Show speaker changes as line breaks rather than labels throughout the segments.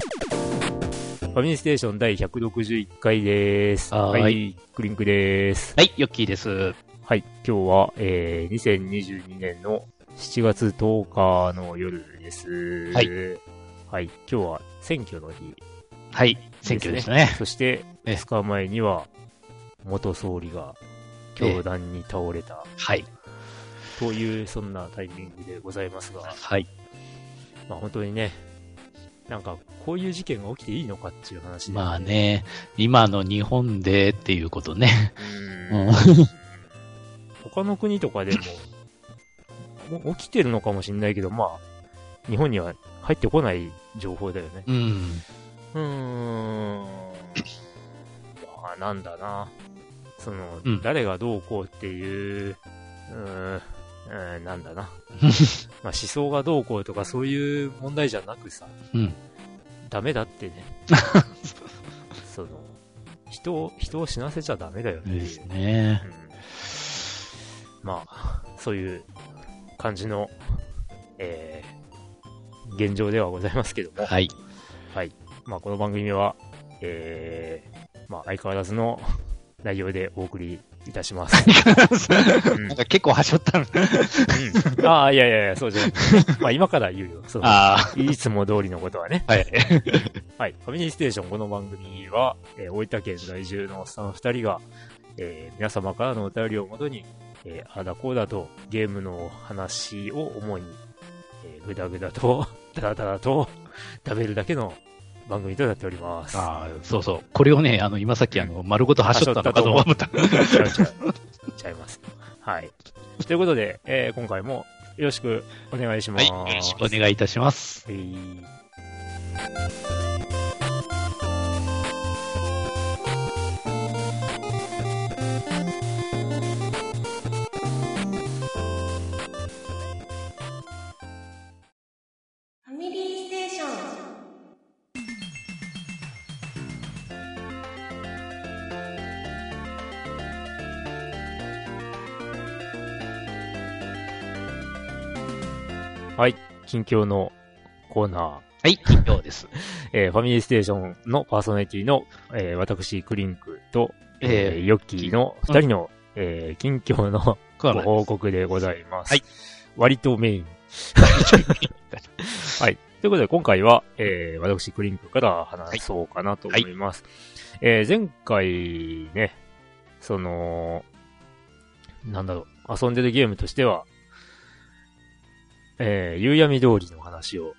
ファミリーステーション第161回です。
はーい
クリンクです。
はい、ヨッキーです。
はい、今日は、えー、2022年の7月10日の夜です。
はい。
はい、今日は選挙の日。
はい、選挙でしたね。
そして、
ええ
2日前には、元総理が凶弾に倒れた、
はい。
という、そんなタイミングでございますが、
はい。
まあ本当にね、なんか、こういう事件が起きていいのかっていう話で、
まあね、今の日本でっていうことね。
うん
うん
他の国とかでも、も起きてるのかもしれないけど、まあ、日本には入ってこない情報だよね。
うん。
うーん。まあ、なんだな。その、
うん
誰がどうこうっていう、うーん、うーんなんだ な。まあ、思想がどうこうとかそういう問題じゃなくさ、
うん
ダメだって ね。その、人を、人を死なせちゃダメだよねって
で
いう
す。ね。
うんまあ、そういう感じの、えー現状ではございますけども、
はい。
まあ、この番組は、えーまあ、相変わらずの内容でお送りいたし ます。うん
なんか結構端折ったの。
うんああ、いやいやいや、そうじゃない。まあ、今から言うよ。そう
あ
いつも通りのことはね。
あ、はい。
はい。ファミリーステーション、この番組は、えー大分県在住のおっさん二人が、えー皆様からのお便りをもとに、えーあだこうだとゲームの話を主に、えーぐだぐだと、 だらだらと、食べるだけの番組となっております。
ああ、そうそう。これをね、あの、今さっき、あの、丸ごと端折ったのかと思った。
違う違う。ちゃいます。はい。ということで、えー今回もよろしくお願いしま
はい。
す。
よろしくお願いいたします。
はい
ファミリーステーション。
近況のコーナー。
はい、金曜です。
えーファミリーステーションのパーソナリティの、えー私、クリンクと、えー
え
ヨッキーの
キ
二人の、えー近況の
ー、
ご
桑原
報告でございます。
はい。
割とメイ ン。はい。ということで、今回は、えー私、クリンクから話そうかなと思います。えー前回ね、その、なんだろう、遊んでるゲームとしては、えー夕闇通りの話を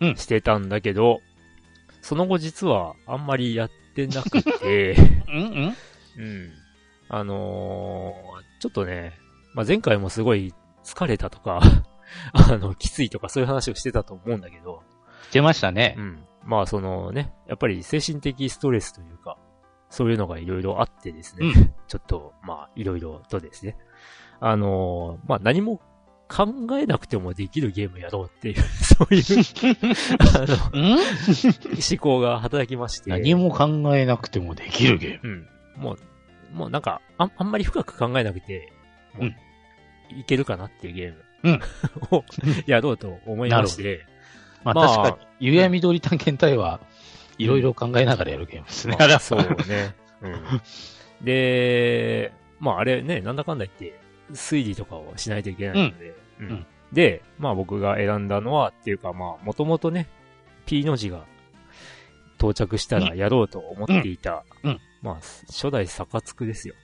うん
してたんだけど、その後実はあんまりやってなくて、
うんうん
うん。あのーちょっとね、まあ、前回もすごい疲れたとか、 あの、きついとかそういう話をしてたと思うんだけど、
出ましたね
う。ん。まあ、そのね、やっぱり精神的ストレスというか、そういうのがいろいろあってですね、
うん
ちょっと、まあ、いろいろとですね、あのーまあ、何も考えなくてもできるゲームやろうっていう、 そういう、あの、 思
うん
考が働きまして。
何も考えなくてもできるゲーム。
うん。もう、もうなんか、あんあんまり深く考えなくて、もう
うん
いけるかなっていうゲーム
うん
をやろうと思いまして、
まあ、
まあ
確かに、ゆやみどり探検隊はいろいろ考えながらやるゲームですね。あれ
ま
は
あそうね。うん、で、まああれね、なんだかんだ言って、推理とかをしないといけないので、うん
うん
で、まあ僕が選んだのは、っていうかまあ、もともとね、P の字が到着したらやろうと思っていた、
うんうん
まあ、初代サカツクですよ。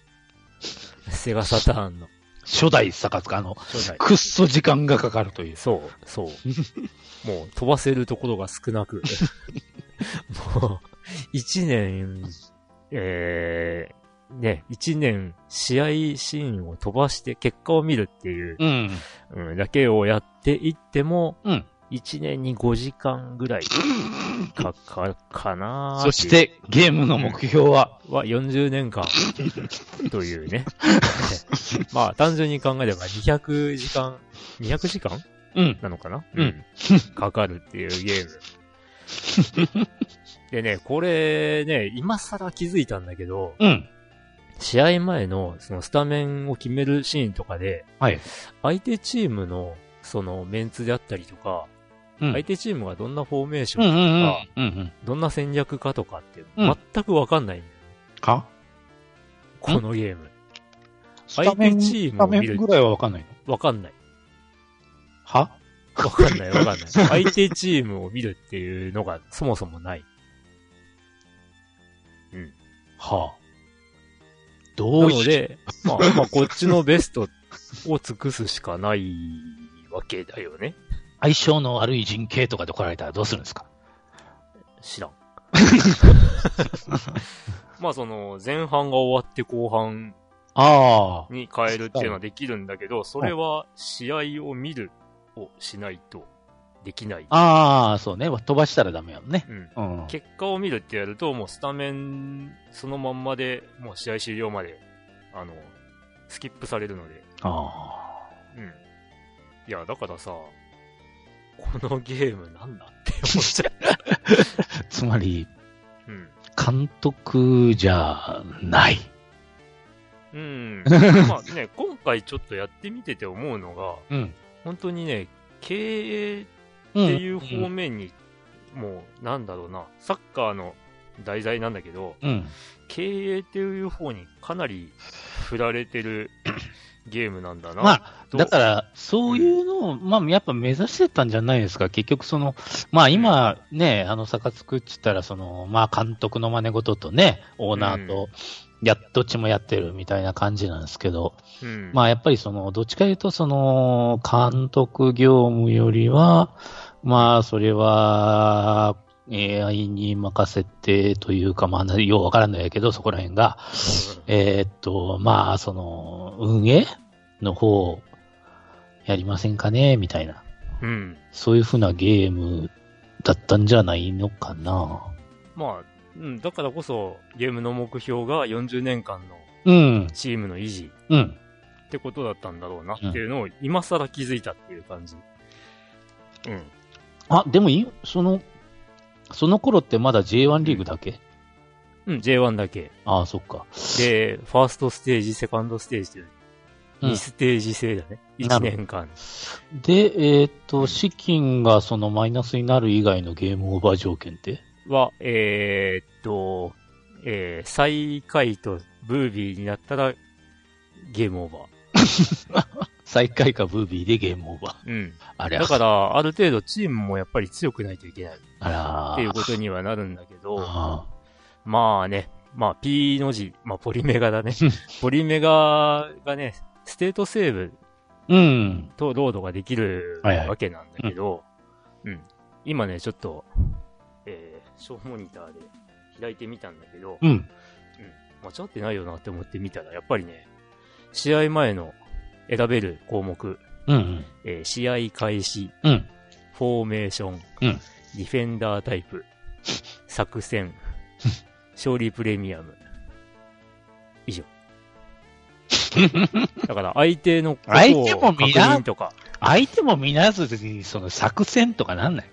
セガサターンの
初代坂塚、あの、
初代。
くっそ時間がかかるという。
そう、 そう。もう飛ばせるところが少なく。 もう、一年、えー、ね、一年試合シーンを飛ばして結果を見るっていう、
うん。
うん、だけをやっていっても、
うん
1年に5時間ぐらいかか、かなーっていう
そして、ゲームの目標は、
は40年間という ね。まあ、単純に考えれば200時間、200時間
うん。
なのかな
うん。
かかるっていうゲーム。 でね、これね、今更気づいたんだけど、
うん。
試合前のそのスタメンを決めるシーンとかで、
はい。
相手チームのそのメンツであったりとか、
うん。
相手チームがどんなフォーメーシ
うんう
ョン、
んうん。うんうん。
どんな戦略かとかって
うん
全くわかんないんだよ、
か
このゲーム。
スタメ
相手
ン
チームを見る
スタメンぐらいはわかんないの
わかんない。
は
わかんないわかんない。 相手チームを見るっていうのがそもそもない。
はあ。どう
なの
いう、
で、まあ、まあ、こっちのベストを尽くすしかないわけだよね。
相性の悪い人形とかで来られたらどうするんですか
知らん。まあ、その、前半が終わって後半
ああ。
に変えるっていうのはできるんだけど、それは試合を見るをしないとできない。
ああ、そうね。飛ばしたらダメやもんね。
うん。
うん。
結果を見るってやると、もうスタメンそのまんまで、もう試合終了まで、あの、スキップされるので。
あ
うん。いや、だからさ、このゲームなんだって思っちゃ
あ。つまり、
う。うん。
監督じゃない。
うん。まあね、今回ちょっとやってみてて思うのが、
うん。
本当にね、経営っ
う
て
ん。
いう方面に、もう、なんだろうな、サッカーの題材なんだけど、
うん。
経営っていう方にかなり振られて るゲームなんだな。
まあ、
と
だから、そういうのを、まあ、やっぱ目指してたんじゃないですか。結局、その、まあ今、ね、あの、坂作っつったら、その、まあ監督の真似事とね、オーナーと、や、どっちもやってるみたいな感じなんですけど、
うん、
まあやっぱりその、どっちかというと、その、監督業務よりは、まあそれは、AI に任せてというか、まあ、ようわからないけど、そこら辺が、えーっと、まあ、その、運営の方、やりませんかねみたいな。
うん。
そういうふうなゲームだったんじゃないのかな。
まあ、うん、だからこそ、ゲームの目標が40年間の
うん、
チームの維持
うん。
ってことだったんだろうなっていうのを、今更気づいたっていう感じ。うん。
あ、でもいい、その、その頃ってまだ J1 リーグだけ、
うん、J1 だけ。
ああ、そっか。
で、ファーストステージ、セカンドステージという、
うん
2ステージ制だね。
な
1
るほど
年間。
で、えーっと、資金がそのマイナスになる以外のゲームオーバー条件って
は、えーっと、えー、最下位とブービーになったら、ゲームオーバ
最下位かブービーでゲームオーバー。
ー。うん。
あれ
だから、ある程度チームもやっぱり強くないといけないっ
あら
ていうことにはなるんだけど、
あ
まあね、まあ P の字、まあポリメガだね。ポリメガがね、ステートセーブ
あうん。
とロードができる
はいはい
わけなんだけど、うん。今ね、ちょっと、えー、小モニターで開いてみたんだけど、
うん。
間違ってないよなって思ってみたら、やっぱりね、試合前の選べる項目、
うんうん。
えー試合開始、
うん。
フォーメーション、
うん
ディフェンダータイ プ、作戦、勝利プレミアム。以 上。だから相手のこと
相手
を
も
確
見らん
認とか。
相手も見なずに、その作戦とかなんない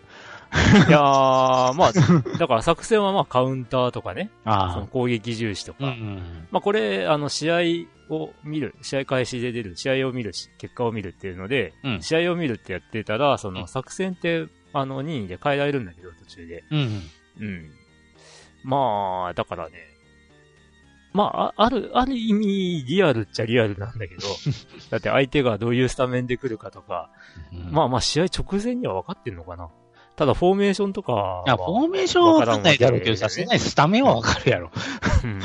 いやー、まあ、だから作戦はまあカウンターとかね、その
あ
攻撃重視とか。
あ。うん。
まあこれ、あの試合を見る、試合開始で出る、試合を見るし、結果を見るっていうので、
うん。
試合を見るってやってたら、その
うん
作戦って、あの任意で変えられるんだけど、途中で。
うん。
うん。まあ、だからね。まあ、あある、ある意味、リアルっちゃリアルなんだ けど、だって相手がどういうスタメンで来るかとか、まあまあ試合直前には分かってんのかな。ただ、フォーメーションとかは、
いや、フォーメーションは分かんないだろうけど、さすがにスタメンは分かるやろ。
うんい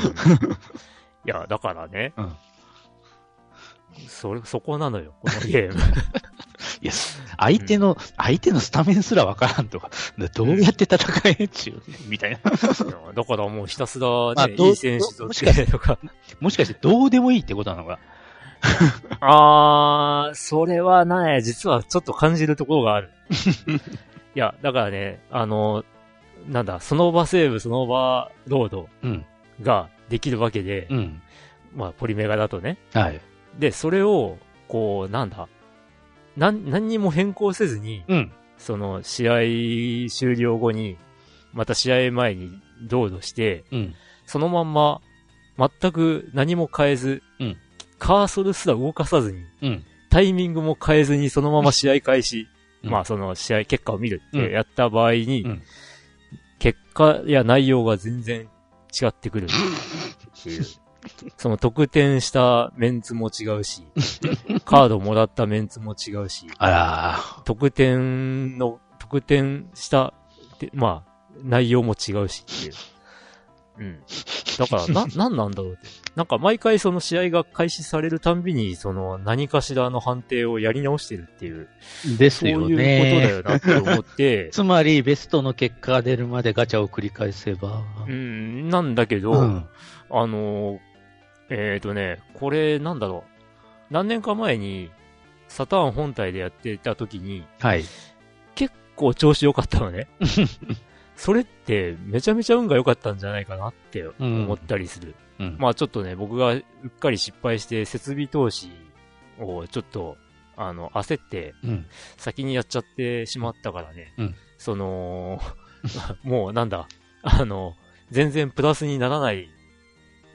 や、だからね。
うん
それ、そこなのよ、このゲーム。
いや、相手の、相手のスタメンすら分からんとか、どうやって戦えんちゅうね、みたいな。
い やだからもうひたすらね、
まあどう
いい選手と
も
っ
しかして
とか、
もしかしてどうでもいいってことなのか。
あー、それはね、実はちょっと感じるところ がある。いや、だからね、あの、なんだ、その場セーブ、その場ロード
うん。
ができるわけで、
うん。
まあ、ポリメガだとね。
はい。
で、それを、こう、なんだ、なん、何にも変更せずに、
うん。
その、試合終了後に、また試合前にロードして、
うん。
そのまんま、全く何も変えず、
うん
カーソルすら動かさずに、
うん。
タイミングも変えずにそのまま試合開始、
うん
まあその試合結果を見るっ
うん
てやった場合に、
うん
結果や内容が全然違って くるっていう。その得点したメンツも違うし、カードもらったメンツも違うし、
あらー
得点の、得点した、でまあ、内容も違うしっていう。うん。だ から、な、なんなんだろうって。なんか毎回その試合が開始されるたんびに、その何かしらの判定をやり直してるっていう、
です
そういう
よ
ことだ
ね。
よなって思って、
つまり、ベストの結果が出るまでガチャを繰り返せば。
うん、なんだけど、
うん。
あのーえっ、とね、これなんだろう。何年か前に、サターン本体でやってた時に、
はい。
結構調子良かったの ね。それってめちゃめちゃ運が良かったんじゃないかなって思ったりする。
うん。
まあちょっとね、僕がうっかり失敗して設備投資をちょっと、あの、焦って
うん。
先にやっちゃってしまったからね。
うん
その、 もうなんだ、あの、全然プラスにならない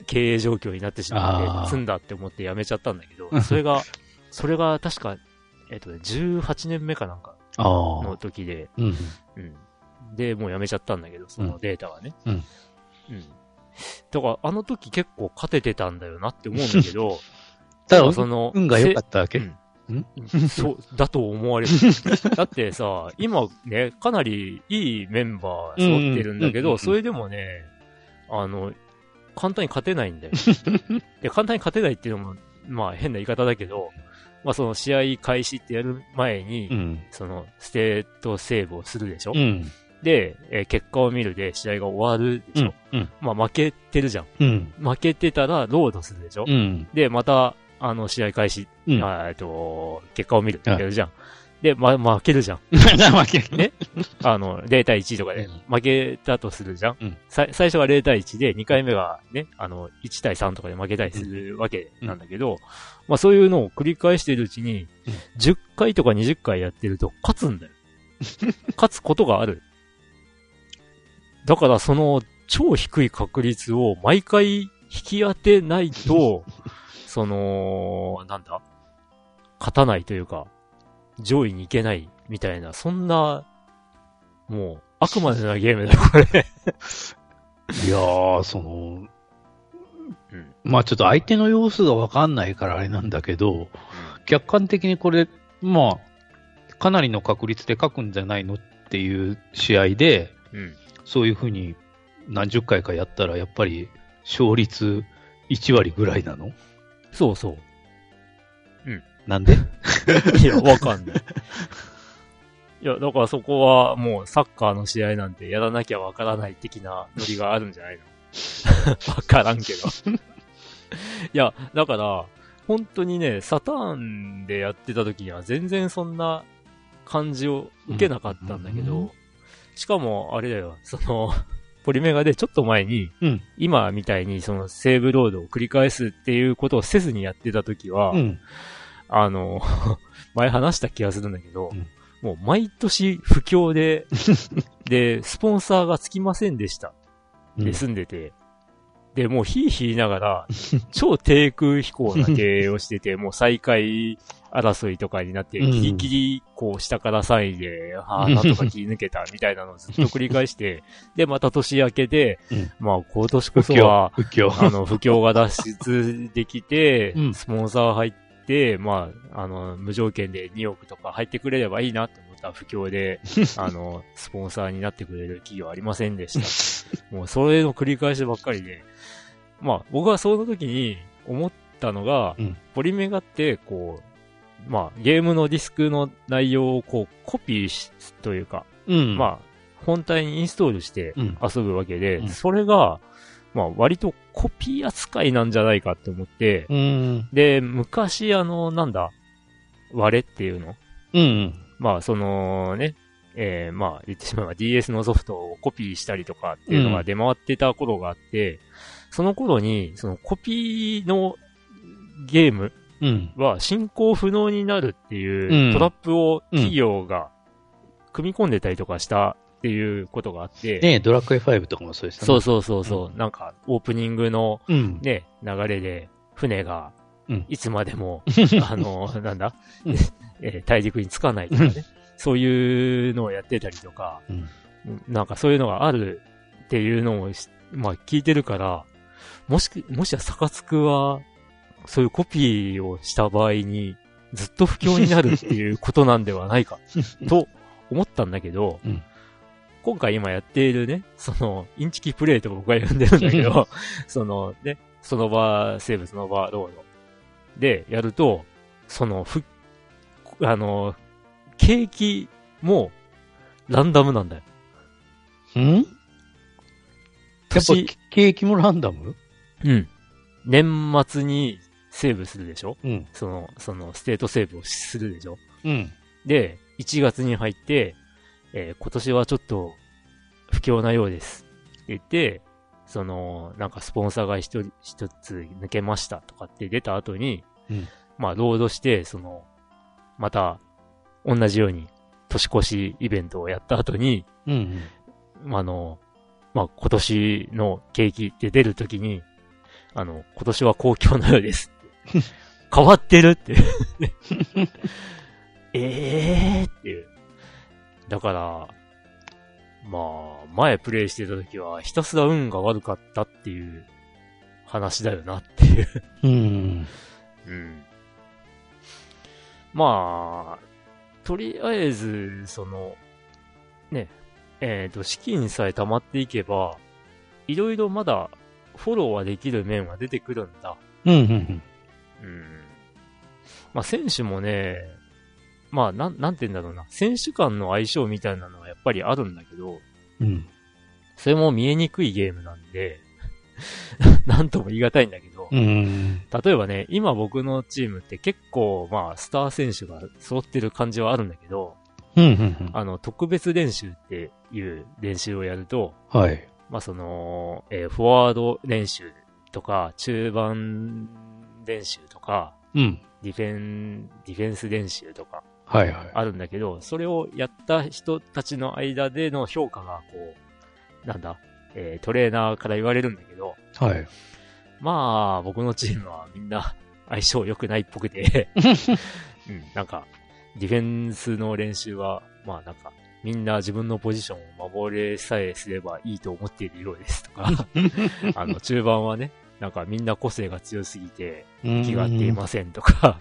経営状況になってしまっ
あー
て、積んだって思ってやめちゃったんだけど
う、ん
それが、それが確か、えっとね、18年目かなんか
あ
の
あ。
時で、
うん。
うん。で、もうやめちゃったんだけど、そのデータはね。
うん
うん。だから、あの時結構勝ててたんだよなって思うんだけ ど、
ただ、
その、
運が良かったわけ。
せ
うん
うんそう、だと思 われる。だってさ、今ね、かなりいいメンバー揃ってるんだけ
うんうんうんうんう
ど、
ん
それでもね、あの、簡単に勝てない んだよ。で、簡単に勝てないっていうのも、まあ変な言い方だけど、まあその試合開始ってやる前に、
うん。
そのステートセーブをするでしょ、
うん。
で、えー結果を見るで試合が終わるで
う
しょ
ん。、うん。
まあ負けてるじゃん。
うん。
負けてたらロードするでしょ、
うん。
で、また、あの、試合開始、
うん。
あーえっと、結果を見るやるじゃん。で、ま、負けるじゃん。
わけ
ねあの、0対1とかで
うん
負けたとするじゃん。
うん
さ最初は0対1で、2回目がね、あの、1対3とかで負けたりするわけなんだけど、まあそういうのを繰り返しているうちに、
うん
10回とか20回やってると勝つんだ よ。勝つことがある。だからその超低い確率を毎回引き当てない と、その、なんだ勝たないというか、上位に行けないみたいな、そんな、もう、あくまでなゲームだよ、これ。
いやー、その、
うん
まあちょっと相手の様子がわかんないからあれなんだけど、客観的にこれ、まあ、かなりの確率で書くんじゃないのっていう試合で、
うん。
そういうふうに何十回かやったら、やっぱり勝率1割ぐらいなの
そうそう。
な んで
いや、わかんない。いや、だからそこはもうサッカーの試合なんてやらなきゃわからない的なノリがあるんじゃない のわからんけど。いや、だから、本当にね、サターンでやってた時には全然そんな感じを受けなかったんだけど、
うん
しかもあれだよ、その、ポリメガでちょっと前に、
うん。
今みたいにそのセーブロードを繰り返すっていうことをせずにやってた時は、
うん。
あの、 前話した気がするんだけど、
うん
もう毎年不況 で、で、スポンサーがつきませんでした。で、住んでて、で、もうヒーヒー言いながら、超低空飛行な経営をして て、もう最下位争いとかになって、
うん
ギリギリ、こう、下から3位で、ああ、なんとか切り抜けたみたいなのをずっと繰り返 して、で、また年明けで、
うん
まあ、今年こ
不
そ
況
は、。
不況。、
あの、不況が脱出できて
うん
スポンサー入って、まあ、あの、無条件で2億とか入ってくれればいいなって思ったら不況 で、あの、スポンサーになってくれる企業ありませんで した。もう、それの繰り返しばっかりで、まあ、僕はその時に思ったのが、
うん
ポリメガって、こう、まあ、ゲームのディスクの内容をこう、コピーし、というか、
うん。あ、
まあ、本体にインストールして
うん
遊ぶわけで、
うん
それが、まあ割とコピー扱いなんじゃないかって思って、
うん。
で、昔あの、なんだ、割れっていうの
うん。
まあそのね、えーまあ言ってしまえば DS のソフトをコピーしたりとかっていうの
う
が
ん
出回ってた頃があって、その頃にそのコピーのゲーム
うん。
は進行不能になるって
う
い
ん
うトラップを企業が組み込んでたりとかしたっていうことがあって、
ねえドラクエ5とかもそうでしたね。
そうそうそうそう、
うん
なんかオープニングの
う。うん。
ね、流れで船が
うん
いつまで も、あの、なんだ
うん、
えー大陸に着かないとかね、そういうのをやってたりとか、
うん
なんかそういうのがあるっていうのをし、まあ聞いてるから、もしく、もしやサカツクは、そういうコピーをした場合に、ずっと不況になるっていうことなんではない か、と思ったんだけど、
うん
今回今やっているね、その、インチキプレイと僕は呼んでるんだけど、 そのね、その場、生物の場、ロード。で、やると、その、ふ、あの、景気も、ランダムなんだよ。
うんやっぱ
年、
景気もランダム
うん。年末にセーブするでしょ
うん。
その、その、ステートセーブをするでしょ
うん。
で、1月に入って、えー今年はちょっと、不況なようです。って言って、その、なんかスポンサーが一人、一つ抜けましたとかって出た後に、
うん
まあ、ロードして、その、また、同じように、年越しイベントをやった後に、
うん。
あの、まあ、今年の景気って出るときに、あの、今年は公共のようですって。変わってるっていう。 ええーっていう。だから、まあ、前プレイしてたときは、ひたすら運が悪かったっていう話だよなっていう。
うん。
うん。まあ、とりあえず、その、ね、えっ、と、資金さえ溜まっていけば、いろいろまだフォローはできる面は出てくるんだ。
うん。うん。
うん。まあ、選手もね、まあ、なん、なんて言うんだろうな。選手間の相性みたいなのはやっぱりあるんだけど、
うん。
それも見えにくいゲームなんで、 なんとも言い難いんだけど、
うん。
例えばね、今僕のチームって結構、まあ、スター選手が揃ってる感じはあるんだけど、
うん。
あの、特別練習っていう練習をやると、
はい。
まあ、その、えーフォワード練習とか、中盤練習とか、
うん。
ディフェン、ディフェンス練習とか
はいはい。
あるんだけど、それをやった人たちの間での評価が、こう、なんだ、えートレーナーから言われるんだけど、
はい。
まあ、僕のチームはみんな 相性良くないっぽくて、うん、なんか、ディフェンスの練習は、まあなんか、みんな自分のポジションを守れさえすればいいと思っているようですとか、あの、中盤はね、なんかみんな個性が強すぎて、気が合っていませんとか、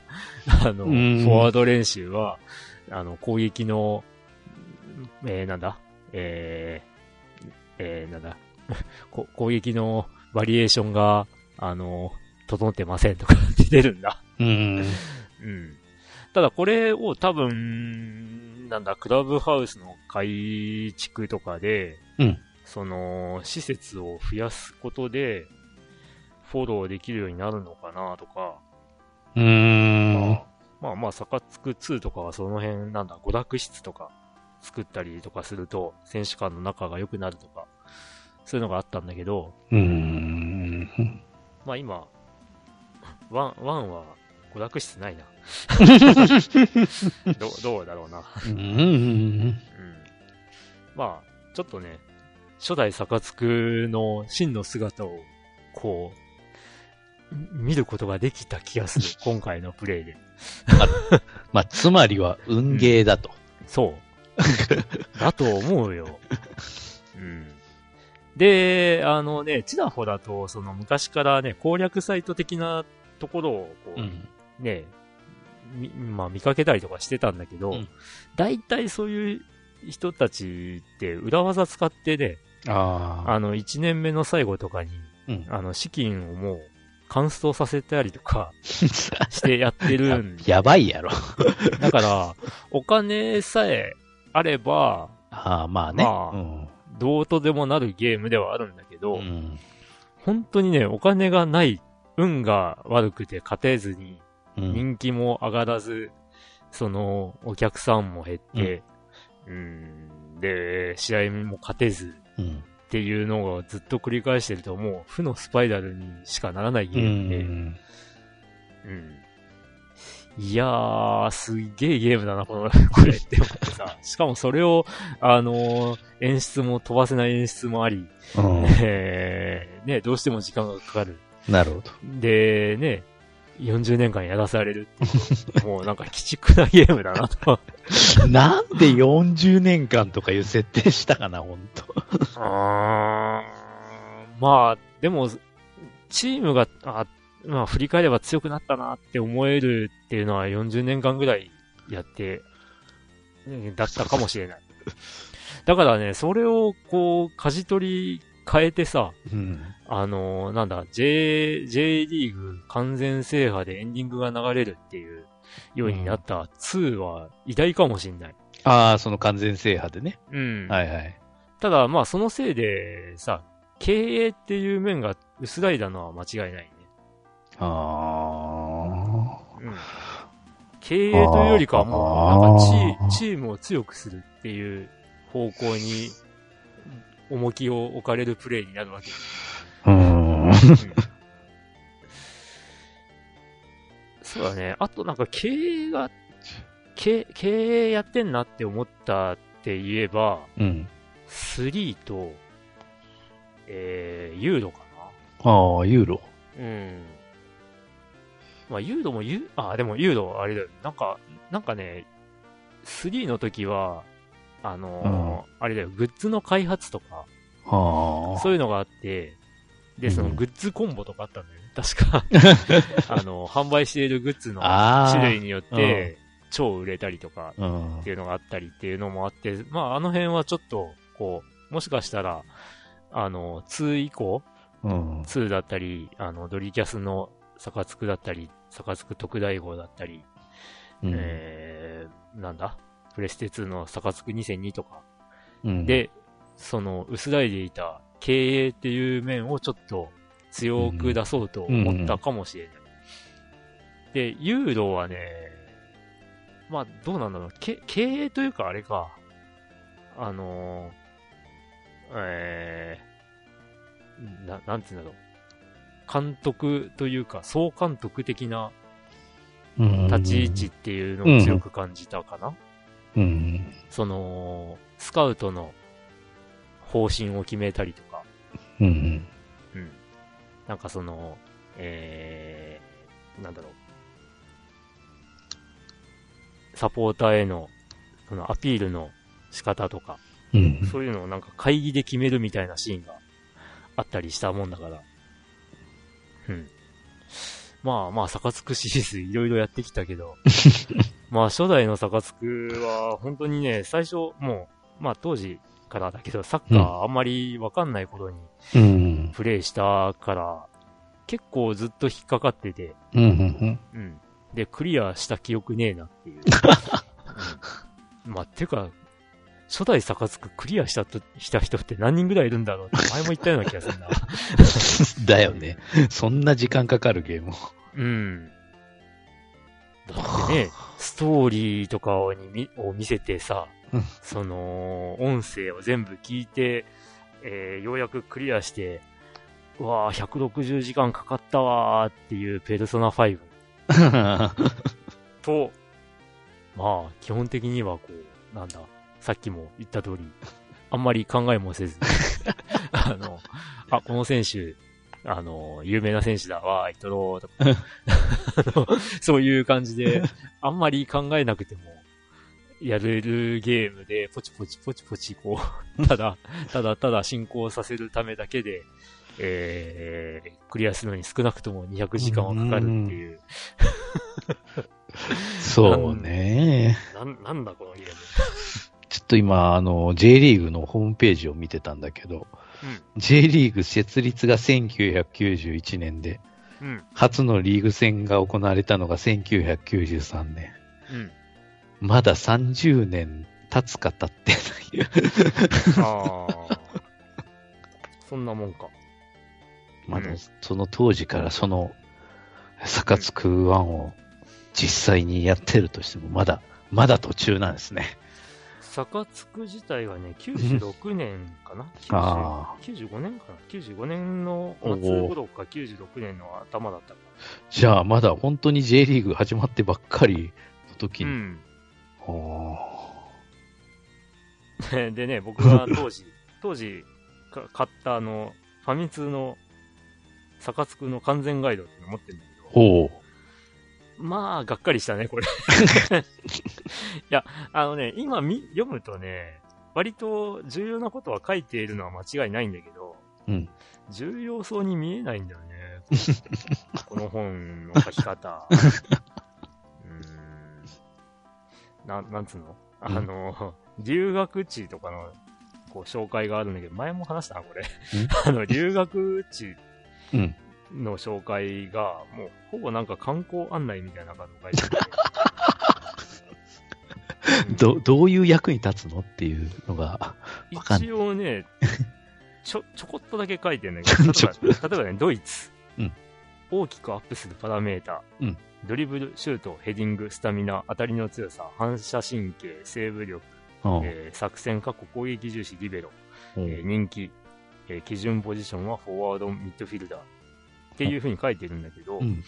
あの、
う
フ
ん
ォワード練習は、あの、攻撃の、えー、なんだ、えー、えー、なんだ、 こ攻撃のバリエーションが、あの、整ってませんとか って出るんだ。
うん。
うん。ただこれを多分、なんだ、クラブハウスの改築とかで、
うん
その、施設を増やすことで、フォローできるようになるのかなとか、
うん。
まあまあ、サカツク2とかはその辺、なんだ、娯楽室とか作ったりとかすると、選手間の仲が良くなるとか、そういうのがあったんだけど、
うん。
まあ今、ワン、ワンは娯楽室ないな。どうどうだろうな。
うん。
うん。まあ、ちょっとね、初代サカツクの真の姿を、こう、見ることができた気がする。今回のプレイで。
まあ、つまりは、運ゲーだと。
そう。だと思うよ。うん。で、あのね、ちらほらと、その昔からね、攻略サイト的なところを、こう、
ん。
ね、みまあ見かけたりとかしてたんだけど、
うん
大体そういう人たちって裏技使ってね、
ああ。
あの、1年目の最後とかに、
うん。
あの、資金をもう、乾燥させたりと かしてやってるん
やばいやろ。
だから、お金さえあれば、
ああ、まあね。
まあどうとでもなるゲームではあるんだけど、
うん。
本当にね、お金がない、運が悪くて勝てずに、
うん。
人気も上がらず、その、お客さんも減って、うーん、で、試合も勝てず
うん。
っていうのをずっと繰り返してると、もう負のスパイラルにしかならないゲ
う
ームで、
ん。
うん。いやー、すっげえゲームだな、この、これって思ってさ。しかもそれを、あのー演出も飛ばせない演出もあり、
うん
えーね、どうしても時間がかかる。
なるほど。
で、ね、40年間やらされるっていう。 もうなんか鬼畜なゲームだなと。
なんで40年間とかいう設定したかな、本当。
あーまあ、でも、チームが、あまあ、振り返れば強くなったなって思えるっていうのは40年間ぐらいやって、うんだったかもしれない。だからね、それをこう、舵取り変えてさ、
うん。
あのーなんだ、J、J リーグ完全制覇でエンディングが流れるっていうようになった2は偉大かもしれない。
ああ、その完全制覇でね。
うん。
はいはい。
ただ、まあ、そのせいで、さ、経営っていう面が薄らいだのは間違いないね。
あ
うん。経営というよりかはもう、なん
あ
か
ー
チ、チームを強くするっていう方向に、重きを置かれるプレーになるわけ。
あ。うん。
うんそうだね。あとなんか経営が、経経営やってんなって思ったって言えば、
うん。
3と、えー、ユーロか
ああ、ユーロ。
な。うん。まあ、ユーロもユ、あ、でもユーロあれだよ。なんか、なんかね、3の時は、あのーあれだよ、グッズの開発とか、
あ
そういうのがあって、で、その
うん
グッズコンボとかあったんだよね。確 か、あの、販売しているグッズの
あ。
種類によって、超売れたりとか、
うん
っ。ていうのがあったりっていうのもあって、まあ、あの辺はちょっと、こう、もしかしたら、あの、2以降、
うん。
2だったり、あの、ドリキャスの坂津くだったり、坂津く特大号だったり、
うん
えー、なんだ、プレステ2の坂津く2002とか、
うん、
で、その、薄らいでいた経営っていう面をちょっと強く出そうと思ったかもしれない。で、ユーロはね、まあ、どうなんだろう。け経営というか、あれか。あのーえー、な、なんていうんだろう。監督というか、総監督的な立ち位置っていうのを強く感じたかな。
うん。
その、スカウトの方針を決めたりとか、
うん。
うん。なんかその、えー、なんだろう。サポーターへの、そのアピールの仕方とか、
うん。
そういうのをなんか会議で決めるみたいなシーンがあったりしたもんだから。うん。まあまあ、坂つくシリーズいろいろやってきたけ ど、まあ初代の坂つくは本当にね、最初もう、まあ当時からだけど、サッカーあんまりわかんない頃に
うん。
プレイしたから、結構ずっと引っかかってて、
うん。うん。
うん。で、クリアした記憶ねえなっていう。うん、まあ、ていうか、初代坂津くクリアしたと、した人って何人ぐらいいるんだろうって前も言ったような気がするな。
だよね。そんな時間かかるゲームを。
うん。だってね、ストーリーとかをにみを見せてさ
うん、
その、音声を全部聞いて、えーようやくクリアして、うわぁ、160時間かかったわーっていうペルソナ5。と、まあ、基本的にはこう、なんだ、さっきも言った通り、あんまり考えもせず、 あの、あ、この選手、あの、有名な選手だ、わーい、とろーとか、あの そういう感じで、あんまり考えなくても、やれるゲームで、ポチポチポチポチ、こう、 ただ、ただただ進行させるためだけで、えー、クリアするのに少なくとも200時間はかかるっていう、
そうね。
なん、なんだこのゲーム。
ちょっと今、あの、J リーグのホームページを見てたんだけど、J リーグ設立が1991年で、
うん。うん。
初のリーグ戦が行われたのが1993年。
うん。
まだ30年経つか経ってない。
ああ。そんなもんか。
まあ
うん
その当時からその、サカツクワンを実際にやってるとしても、まだ、まだ途中なんですね。
坂津く自体はね、96年かな
あ
90 ?95 年かな ?95 年の末頃か96年の頭だったか
じゃあ、まだ本当に J リーグ始まってばっかりの時
な。う
に。
ん。
あ
でね、僕は当時、 当時か買ったあの、ファミ通の坂津くの完全ガイドっていうの持ってるんだ
ー
けど、
ほ
まあ、がっかりした ね、これ。いや、あのね、今み読むとね、割と重要なことは書いているのは間違いないんだけど、
う。うん。
重要そうに見えないんだよ ね。このこの本の書き方。うーん。な、なんつうのあの、留学地とかの、こう、紹介があるんだけど、前も話したな、これ。 あの、留学地
うん。
の紹介が、もう、ほぼなんか観光案内みたいな感じ で書いてあるうん
ど、どういう役に立つのっていうのが、わかんない
一応 ね、ちょ、ちょこっとだけ書いてんだけど、
ち
例
ょ
えば例えばね、ドイツ、
うん
大きくアップするパラメータ、
うん
ドリブル、シュート、ヘディング、スタミナ、当たりの強さ、反射神経、セーブ力、
うん
えー作戦、過去攻撃重視、リベロ、
う
えー
ん
人気、えー基準ポジションはフォワード、ミッドフィルダーっていう風に書いてるんだけど、
うん。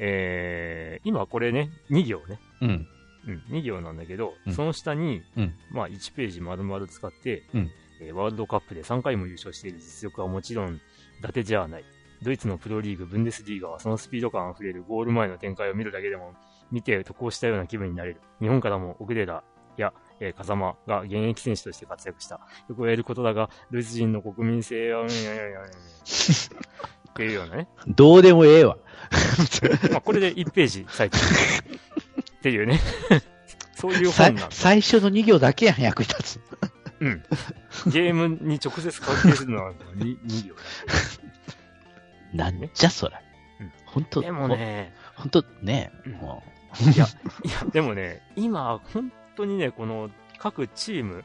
えー今これね、2行ね、
うん。
うん、2行なんだけど、
うん
その下に、
うん
まあ、1ページ丸々使って、
うん
えーワールドカップで3回も優勝している実力はもちろん伊達じゃないドイツのプロリーグブンデスリーガはそのスピード感あふれるゴール前の展開を見るだけでも見て得をしたような気分になれる日本からも奥寺や、えー風間が現役選手として活躍したよく言えることだがドイツ人の国民性はうんうんうんうんうんっていうようなね、
どうでもええわ。
まあ、これで1ページ割いてるっていうね そういう
さ
本なんだ
最初の2行だけやん、役に立つ。
うん。ゲームに直接関係するのは 2, 2秒だ
なんじゃそら
うん。
本当
け。でも、ね、
ほんとね、
うん
も
い や、いや、でもね、今、本当にね、この各チーム、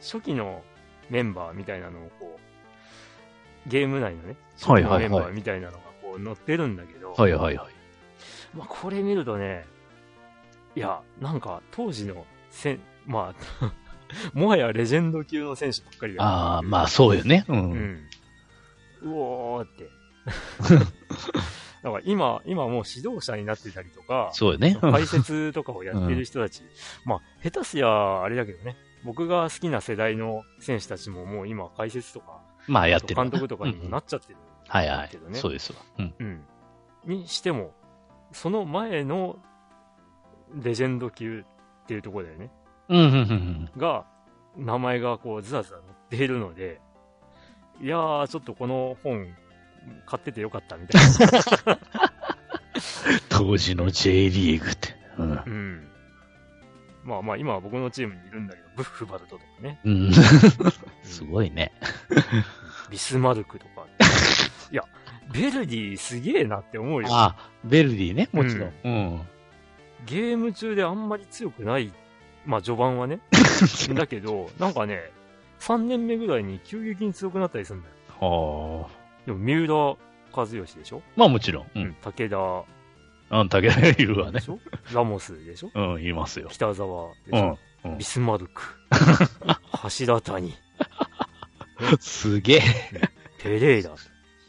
初期のメンバーみたいなのをこう、ゲーム内のね、
はいはいはい
初期のメンバーみたいなのがこう載ってるんだけど、
うはいはいはい。
まあ、これ見るとね、いや、なんか当時のせん、まあ、 もはやレジェンド級の選手ばっかりだよね
ああ、まあそうよね。うん。
うん。うおーって。 だから今、今もう指導者になってたりとか、
そうよね。
解説とかをやってる人たち、まあ、下手すりゃあれだけどね、僕が好きな世代の選手たちももう今解説とか、
まあやってるわ
監
な。
督とかにもな
う
っ
ん
ちゃってる、
はいはい
けど。ね
そうですわ。うん。
うん。にしても、その前のレジェンド級っていうところだよね。
うんうんうん
が、名前がこう、ずらずら載っているので、いやー、ちょっとこの本、買っててよかったみたい な。
うん。当時の J リーグって。うん。
うん。まあまあ、今は僕のチームにいるんだけど、ブッフバルトとかね、
うん。すごいね。
ビスマルクとか。いや、ベルディすげえなって思うよ。
ああ、ベルディね、もちろん。うん。
ゲーム中であんまり強くない、まあ序盤は ね。だけど、なんかね、3年目ぐらいに急激に強くなったりするんだよ。
はあ。
でも、三浦和義でしょ
まあもちろん。う。
うんん。武田
あんたが言うわ
で
ね
し。ょ、ラモスでしょ
うん、言いますよ。
北沢で
う
し
ん
ょ、。ビスマル ク、柱谷、
すげえ。
ペレイラ、
う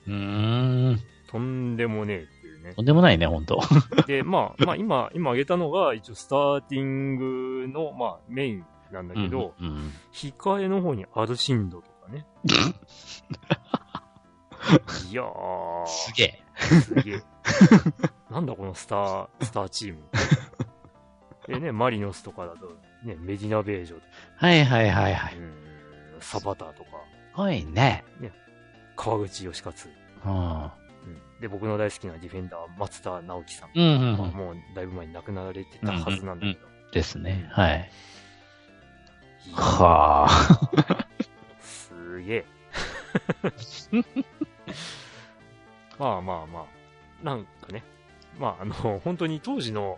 ーん。
とんでもねえっていうね。
とんでもないね、本当。
で、まあ、まあ今、今挙げたのが一応スターティングの、まあメインなんだけど、
うんうん
控えの方にアルシンドとか ね。いやー、
すげえ。
すげえ。なんだこのスタ ー、スターチーム。でね、マリノスとかだと、ね、メディナベージョとか、
はいはいはいは
う
い。
んサバターとか、
すごいね。
川口義勝。
うん。
で、僕の大好きなディフェンダー、松田直樹さん。
うんう
まあ
ん。
もうだいぶ前に亡くなられてたはずなんだけど。
ですね。はい。
いや
はあ。
すげえ。 まあまあまあ。なんかね。まああの、 本当に当時の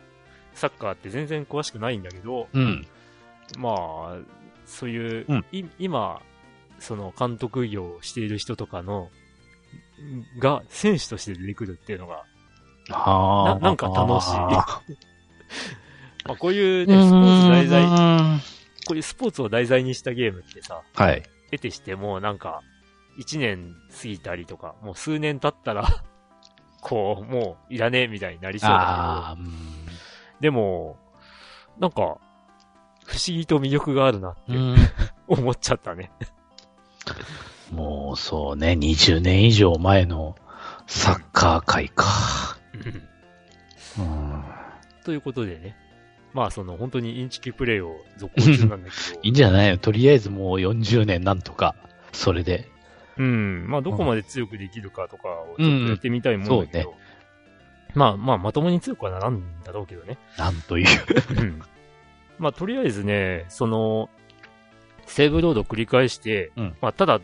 サッカーって全然詳しくないんだけど、
うん。
まあ、そういう、
うん
い今、その監督業をしている人とかの、が選手として出てくるっていうのが、
は
ななんか楽しい
い。
まあ、こういうね、スポーツ題材、こういうスポーツを題材にしたゲームってさ、
はい。
得てしてもなんか、一年過ぎたりとか、もう数年経ったら、 こう、もういらねえみたいになりそうだ
ああ、うん
けど、でも、なんか、不思議と魅力があるなって
うん。
思っちゃったね。
もうそうね、20年以上前のサッカー界か。うん。
ということでね、まあその本当にインチキプレイを続行中なんだ けど、
いいんじゃないのとりあえずもう40年なんとか、それで。
うん。まあ、どこまで強くできるかとかをちょっとやってみたいもんだけ
うん
ど。まあまあ、まともに強くはならんだろうけ どね。
なん という。
うんまあ、とりあえずね、その、セーブロードを繰り返して、
うん
まあ、ただ、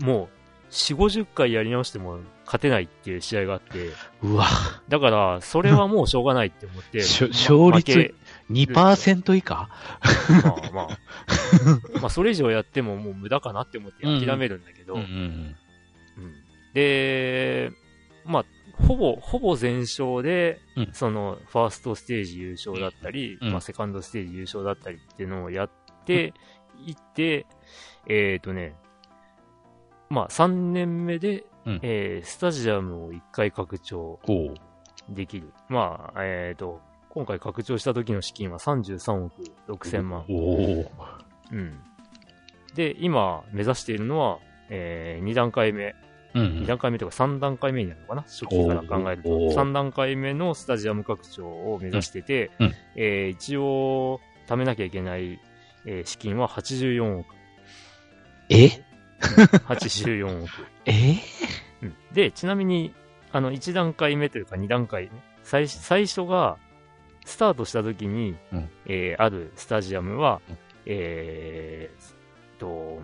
もう、四五十回やり直しても勝てないっていう試合があって、
うわ、
だから、それはもうしょうがないって思って、
しょ勝
負け
率、2%以下
まあ まあ、まあ、それ以上やってももう無駄かなって思って諦めるんだけど、
ん。
うんで、まあ、ほぼ、ほぼ全勝で、
うん
その、ファーストステージ優勝だったり、
うん
まあ、セカンドステージ優勝だったりっていうのをやっていって、えっ、とね、まあ、3年目で、
うん
えースタジアムを1回拡張
おう
できる。まあ、えっ、と、今回拡張した時の資金は33億6000万。
おう
うん。で、今目指しているのは、え2段階目、
う
2
ん。
段階目とか3段階目になるのかな初期から考えると。
おーおー
3段階目のスタジアム拡張を目指してて、
うんうん
えー一応、貯めなきゃいけない、えー資金は84億。
え
84億。
え
うんで、ちなみに、あの、1段階目というか2段階目。最最初が、スタートした時に、
うん
えーあるスタジアムは、
うん
えーと、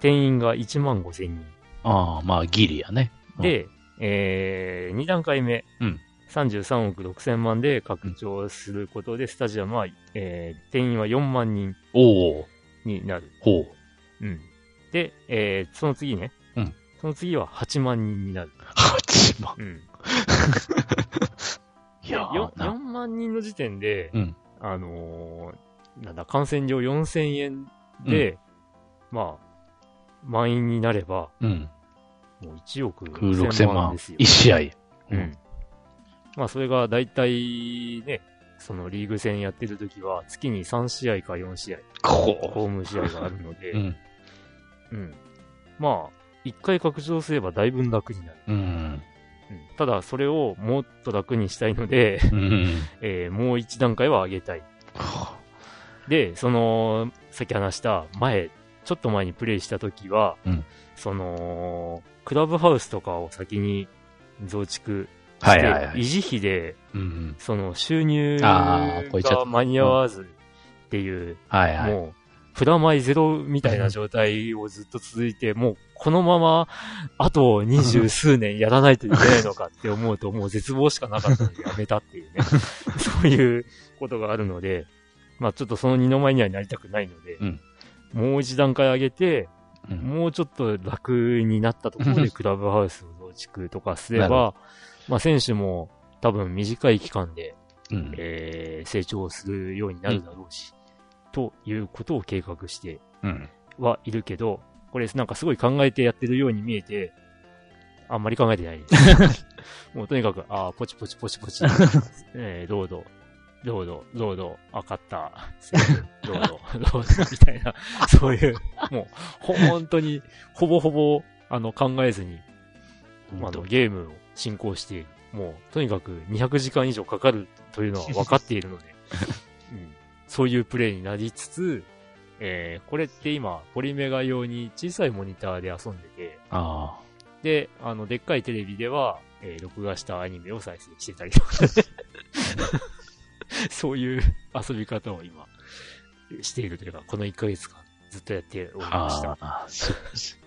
定員が1万5千人。
ああ、まあ、ギリやね。
で、え2段階目、
うん
33億6000万で拡張することで、スタジアムは、えー定員は4万人
おお
になる。
ほう。
うんで、えーその次ね、
うん
その次は8万人になる。
8万。
うん、
いやー
よ4
な。
万人の時点で、
うん。
あのーなんだ、感染料4000円で、まあ、満員になれば、
うん。
もう1億
6000
6000万
万
ですよ。。
1試合。
うん。まあ、それが大体ね、そのリーグ戦やってる時は、月に3試合か4試合、
こ
ホーム試合があるので、
う。うん。
うんまあ、1回拡張すればだいぶ楽になる。
うん。
うんただ、それをもっと楽にしたいので、
うん。
えーもう1段階は上げたい。
は
で、その、さっき話した前、ちょっと前にプレイした時は、
うん
その、クラブハウスとかを先に増築
あは
して、
いはいはい。
維持費で
うん。
その収入
あー超えちゃった
が間に合わずっていう、
はいはい。
もう、プラマイゼロみたいな状態をずっと続いて、もうこのまま、あと二十数年やらないといけないのかって思うと、もう絶望しかなかったのでやめたって いうね、そういうことがあるので、まあちょっとその二の前にはなりたくないので、
うん
もう一段階上げて、
うん
もうちょっと楽になったところ でクラブハウスを増築とかすれ
なるほ
ば、まあ選手も多分短い期間で、
うん
えー成長するようになるだろうし、ということを計画して
うん。
はいるけど、これなんかすごい考えてやってるように見えて、あんまり考えてない。もうとにかく、あーポチポチポチポチ、えー、ロード、ロード、ロード、あ、勝った、ロード、ロード、みたいな、そういう、もう、ほ本当に、ほぼほぼ、あの、考えずに、あの、ゲームを進行している。もう、とにかく200時間以上かかるというのは分かってい るので、うんそういうプレイになりつつ、えーこれって今、ポリメガ用に小さいモニターで遊んでて、
あ
で、あの、でっかいテレビでは、えー録画したアニメを再生してたりと か、そういう遊び方を今、しているというか、この1ヶ月間ずっとやっており
あ。
ました
あ。あ。そうです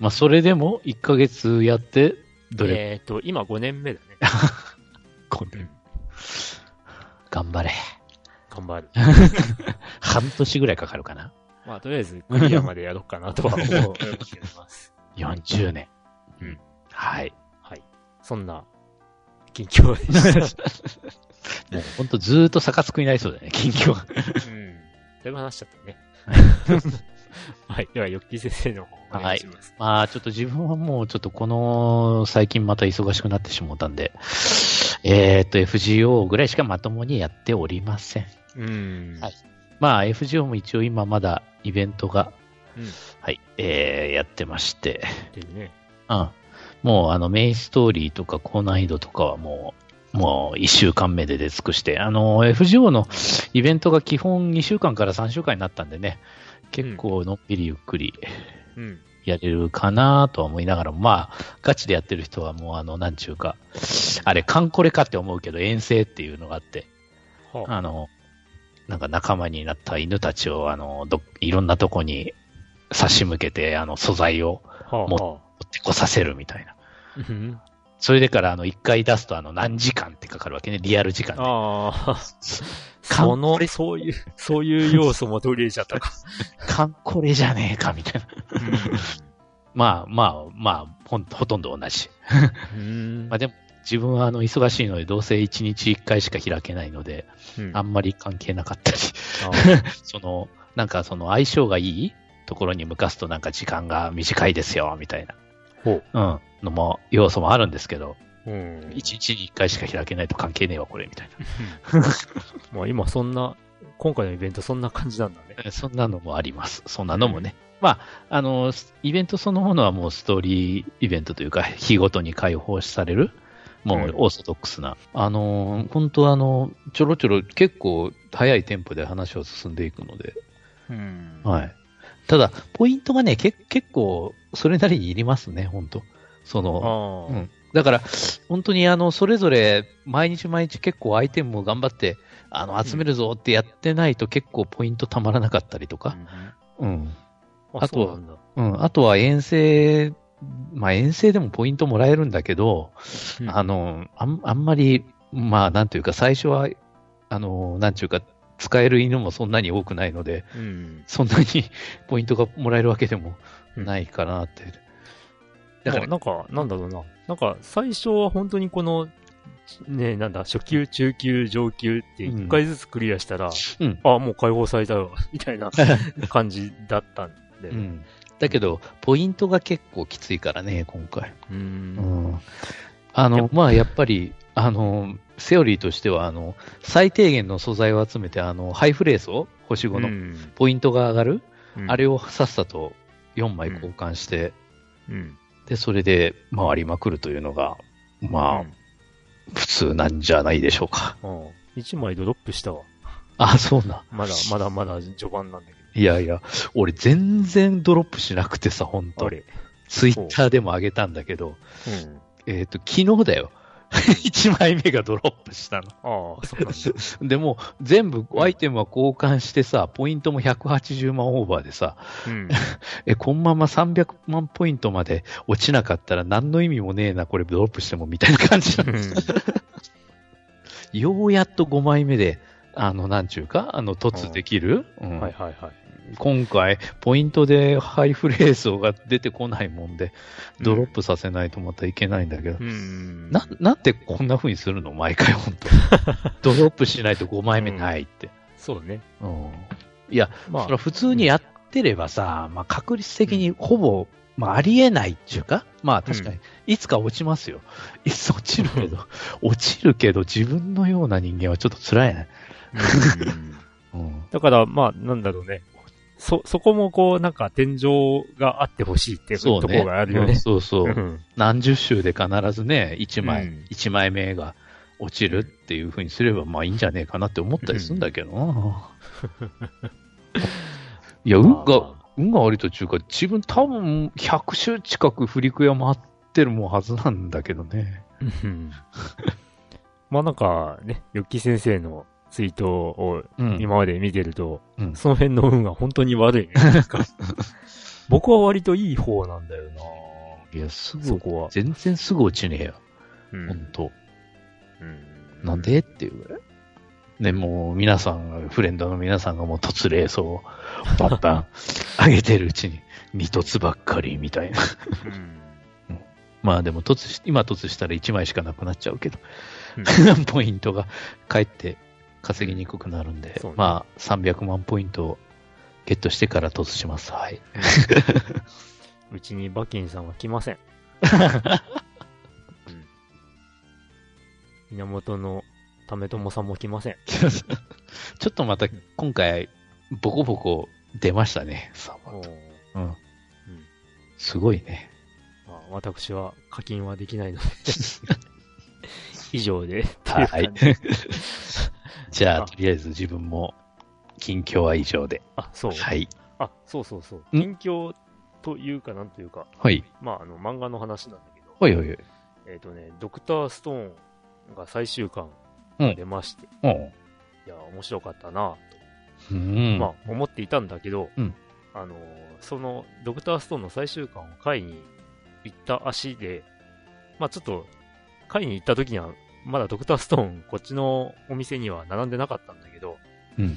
まあ、それでも1ヶ月やって、どれ、
えっ、と、今5年目だね。
これ頑張れ。
頑張る。
半年ぐらいかかるかな。
まあ、とりあえず、クリアまでやろうかなとは思う思っております。
40年。
うん
はい。
はい。そんな、近況でし
もうほんとずーっと逆つくになりそうだよね、近況は。
た。うん。だいぶ話しちゃった ね。はい。では、よっきー先生の方、お願いします。
まあ、ちょっと自分はもうちょっとこの、最近また忙しくなってしもうたんで、えーっと、FGO ぐらいしかまともにやっておりません。
うん。
はいまあ、FGO も一応今まだイベントが、
うん
はい、えーやってまして、
でね。
うん。もう、あの、メインストーリーとか高難易度とかはもう、もう一週間目で出尽くして、あの、FGO のイベントが基本2週間から3週間になったんでね、結構のっぴりゆっくり
うん。
やれるかなとは思いながらも、まあ、ガチでやってる人はもう、あの、なんちゅうか、あれ、カンコレかって思うけど、遠征っていうのがあって、
はあ。
あの、なんか仲間になった犬たちを、あの、ど、いろんなとこに差し向けて、あの、素材を
はあ。はあ。
持ってこさせるみたいな。
うん。
それでから、あの、一回出すと、あの、何時間ってかかるわけね、リアル時間で。
ああ。
カ ン
その、そういう、そういう要素も取り入れちゃったか。
かんこれじゃねえか、みたいな。 まあまあまあ、ほん、ほとんど同じ。
うん
まあでも、自分はあの、忙しいので、どうせ一日一回しか開けないので、
うん
あんまり関係なかったり、
あー
その、なんかその、相性がいいところに向かすと、なんか時間が短いですよ、みたいな。
ほう。
うん。のも、要素もあるんですけど、
うん。
一日に一回しか開けないと関係ねえわ、これ、みたい
まあ今そんな、今回のイベントそんな感じなんだね。
な。そんなのもあります。そんなのもね。まあ、あの、イベントそのものはもうストーリーイベントというか、日ごとに開放される、も
うん
うオーソドックスな。あの、本当あの、ちょろちょろ結構早いテンポで話を進んでいくので、
うん
はい。ただ、ポイントがね、け結構、それなりにいりますね、本当そ
あ
の、
あ。
うんだから、本当にあの、それぞれ、毎日毎日結構アイテムを頑張って、あの、集めるぞってやってないと結構ポイントたまらなかったりとか、うん。
あ
あ
と
と
なんだ。
うん。あとは遠征、まあ遠征でもポイントもらえるんだけど、
うん
あの、あんあんまり、まあなんていうか、最初は、あの、なんていうか、使える犬もそんなに多くないので、
うん。
そんなに ポイントがもらえるわけでもないかなって。だ
だからら、、
か
なんか、なんだろうな。なんか、最初は本当にこの、ねなんだ、初級、中級、上級って
うん
一回ずつクリアしたら、
うん
あ、もう解放されたよ、みたい な感じだったんで。
う。ん。だけど、ポイントが結構きついからね、今回。
う。
うんん。あの、まあ、やっぱり、あの、セオリーとしては、あの、最低限の素材を集めて、あの、ハイフレースを、星5
う
の、
ん
ポイントが上がる、
うん
あれをさっさと4枚交換して、
うん。
で、それで回りまくるというのが、ま
うん
あ、普通なんじゃないでしょうか。
うん。1枚ドロップしたわ。
あ、そうな。
まだ、まだまだ序盤なんだけ
いやいや、俺全然ドロップしなくてさ、本
ど。
当
あ
に。
れ。
ツイッターでも上げたんだけど、
うん。
えっ、と、昨日だよ。1枚目がドロップしたの。
ああ、そうなんだ。
でも、全部アイテムは交換してさ、ポイントも180万オーバーでさ、
うん。
え、このまま300万ポイントまで落ちなかったら何の意味もねえな、これドロップしてもみたいな感じなのようやっと5枚目で、あの、なんちゅうか、あの、突できる、うん
はいはいはい。
今回、ポイントでハイフレースが出てこないもんで、ドロップさせないとまたいけないんだけど、
うん。
な、なんでこんな風にするの毎回、本当 ドロップしないと5枚目ないって。
そうね。
うん。いや、
ま
それは普通にやってればさ、まあ確率的にほぼ、まあありえないっていうか、まあ確かに、いつか落ちますよ。 いつ落ちるけど、落ちるけど自分のような人間はちょっと辛いね。
うん
うん。
だから、まあ、なんだろうね。そ、そこもこう、なんか天井があってほしいっていう
そう
とこ
ね。
ろがあるよね
うん。そうそう う。
ん
何十周で必ずね、1
う
枚
ん、
一、枚目が落ちるっていう風にすれば、まあいいんじゃねえかなって思ったりするんだけどな。 いや、運が、運が悪いというか、自分多分100周近く振り子屋回ってるもんはずなんだけどね。
うんまあなんかね、ヨッキー先生のツイートを
うん
今まで見てると、
うん
その辺の運が本当に悪 いね。なんか僕は割といい方なんだよ
いや、す
なそ
ぐ、
こは。
全然すぐ落ちねえよ。
うん
ほんと。
うん
なんでっていうぐらい。ね、もう皆さんが、フレンドの皆さんがもう突レースをバ ンバン上げてるうちに、二突ばっかりみたいな。
うん
うんまあでも突し、今突したら1枚しかなくなっちゃうけど、
う
ポイントが返って稼ぎにくくなるんで、
そうね
まあ300万ポイントをゲットしてから突します。はい。
うちにバキンさんは来ま せん。うん源の為友さんも来ません。
ちょっとまた今回、ボコボコ出ましたね。さ
おー
うん。すごいね。
まあ、私は課金はできない ので以上で。
はい
と う感じ。
じゃ
あ
あ、とりあえず自分も近況は以上で。
あ、そう。
はい。
あ、そうそうそう。近況というか、なんというか、
はい。
まあ、あの、漫画の話なんだけど、
はいはいはい。
えっ、とね、ドクターストーンが最終巻
うん
出まして、
お
いや、面白かったなと、
うん。
まあ、思っていたんだけど、
うん
あの、その、ドクターストーンの最終巻を買いに行った足で、まあ、ちょっと、買いに行った時には、まだドクターストーン、こっちのお店には並んでなかったんだけど、
うん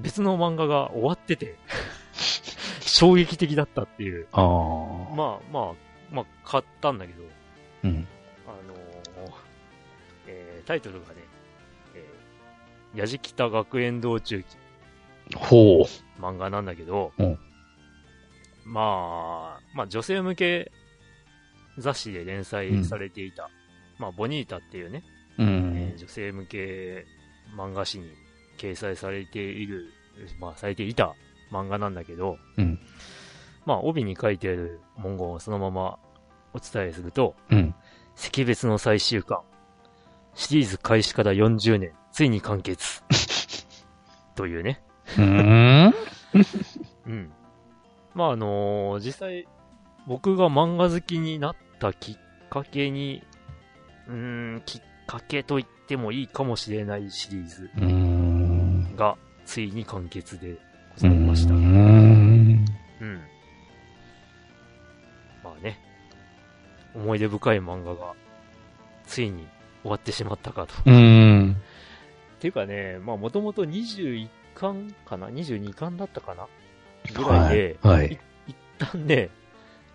別の漫画が終わってて、 衝撃的だったっていう。
あー。
まあまあ、まあ、買ったんだけど、
うん。
あのーえータイトルがね、えー、やじきた学園道中記
ほ
漫画なんだけど、
うん
まあ、まあ女性向け雑誌で連載されていた、まあボニータっていうね、
う。う
えー
ん。
女性向け漫画誌に掲載されている、まあ、されていた漫画なんだけど、
うん
まあ、帯に書いてある文言をそのままお伝えすると、
うん。
惜別の最終巻、シリーズ開始から40年、ついに完 結。というね。
うん。
うん。まあ、あのー実際、僕が漫画好きになったきっかけに、うーん、きっかけと言ってもいいかもしれないシリーズ
うん。
が、ついに完結でございました。
う
うん。
ん。
まあね、思い出深い漫画が、ついに終わってしまったかと。
うん。
っていうかね、まあもともと21巻かな ?22 巻だったかなぐらいで、
はい。はい
一旦ね、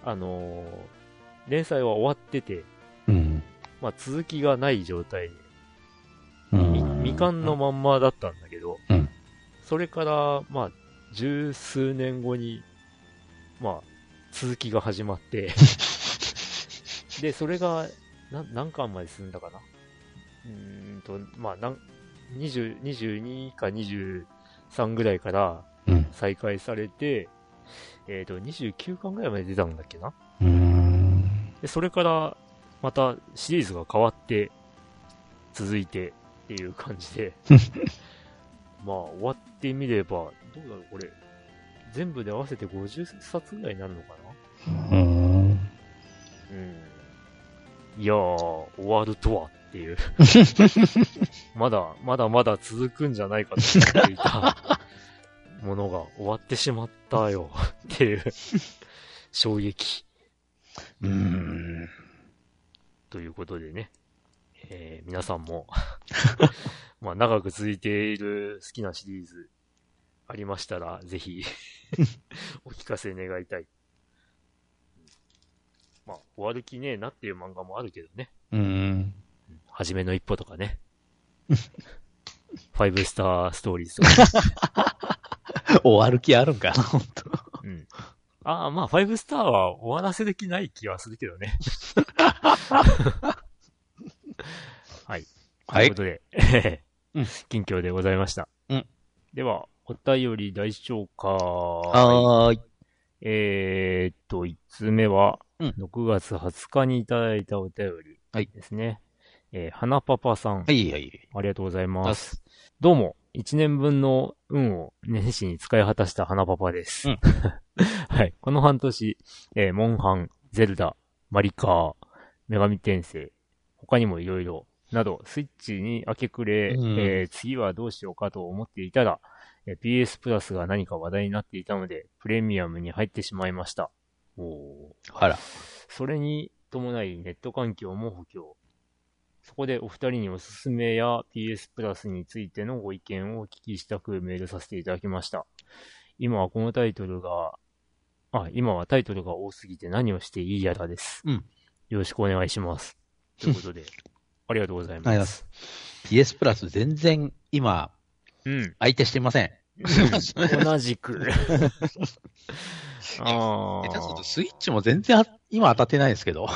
あのー連載は終わってて、
うん。
まあ続きがない状態で、
うん
み未完の。まんまだったんだけど、
うん
それから、まあ、十数年後に、まあ、続きが始ま って、で、それが、な何巻まで進んだかなうーんと、まあ、なん20 22か23ぐらいから
うん。
再開されて、えっ、と、29巻ぐらいまで出たんだっけな
うん。
で、それから、またシリーズが変わって、続いてっていう感じで、まあ、終わってみれば、どうだろう、これ、全部で合わせて50冊ぐらいになるのか
うん。
なうん。いやー、終わるとはっていう。まだ、まだまだ続くんじゃないかと思っていたものが終わってしまったよっていう衝撃。
うん。
ということでね、えー皆さんも、まあ長く続いている好きなシリーズありましたら、ぜひ、お聞かせ願いたい。まあ、終わる気ねえなっていう漫画もあるけどね。
うん。
はじめの一歩とかね。ファイブスターストーリーズとか。
終わる気あるんかな、本当。
うん。ああ、まあ、ファイブスターは終わらせる気ない気はするけどね。はい。と
は
いう
い
こ。とで、
うん
近況でございました。
うん
では、お便り大消化。
はーい。
えーっと、5つ目は、
うん
6月20日にいただいたお便り
はい
ですね。えー、花パパさん、
はいはい。
ありがとうございます。どうも、1年分の運を年始に使い果たした花パパです。
うん
はい。この半年、えーモンハン、ゼルダ、マリカー、女神転生、他にもいろいろ、など、スイッチに明け暮れ、
うん
えー次はどうしようかと思っていたら、えー PS プラスが何か話題になっていたので、プレミアムに入ってしまいました。おー
あら。
それに伴いネット環境も補強。そこでお二人におすすめや PS プラスについてのご意見をお聞きしたくメールさせていただきました。今はこのタイトルが、あ、今はタイトルが多すぎて何をしていいやらです。
うん
よろしくお願いします。ということで、 ありがとうござい
あり
ま
が
す。
PS プラス全然今、
うん。
相手していません。
同じ く。あ
下手する
ー
とスイッチも全然あ今当たってないですけど。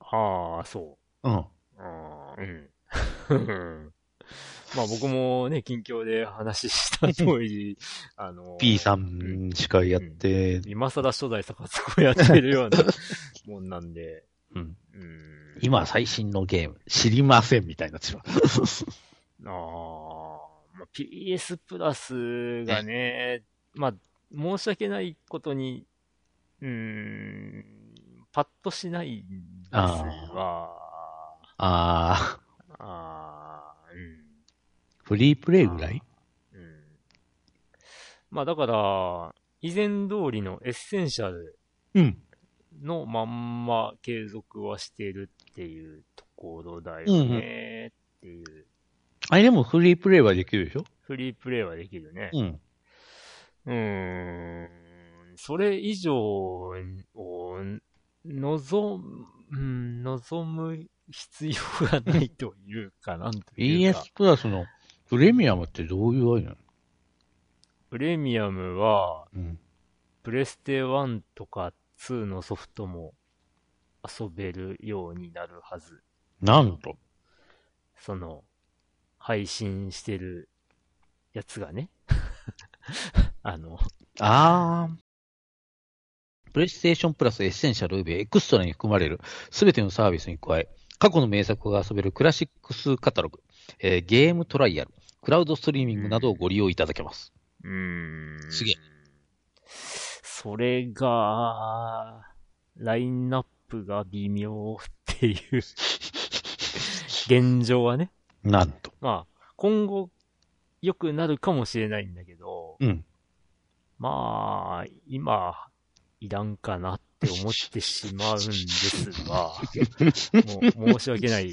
あー、そう。
うん。
あーうん。 まあ僕もね、近況で話した通 り、あの、
P さんしかやって、
今更初代サカスコやってるよう なもんなんで、
うん
うん。
今最新のゲーム知りませんみたいになってしまう。
あー、まあ、PS プラスがね、まあ、申し訳ないことに、うーん、パッとしないんですが、
あ
あー、うん。
ー、フリープレイぐらい
うん。まあだから、以前通りのエッセンシャル
うん。
のまんま継続はしてるっていうところだよねっていう。
あれでもフリープレイはできるでしょ
フリープレイはできるね。
うん。
うーん。それ以上を望む、うん望む必要がないというか、なんというか
ES。プラスのプレミアムってどういうあれなの
プレミアムは、
うん。
プレステ1とか2のソフトも遊べるようになるはず。
なんと。
その、配信してるやつがね。 あの、
あー。プレイステーションプラスエッセンシャル及びエクストラに含まれるすべてのサービスに加え、過去の名作が遊べるクラシックスカタログ、えーゲームトライアル、クラウドストリーミングなどをご利用いただけます。
うーん。
すげえ。
それが、ラインナップが微妙って いう、現状はね。
なんと。
まあ、今後、良くなるかもしれないんだけど、
うん。
まあ、今、いらんかなって思ってしまうんです が、もう申し訳ない。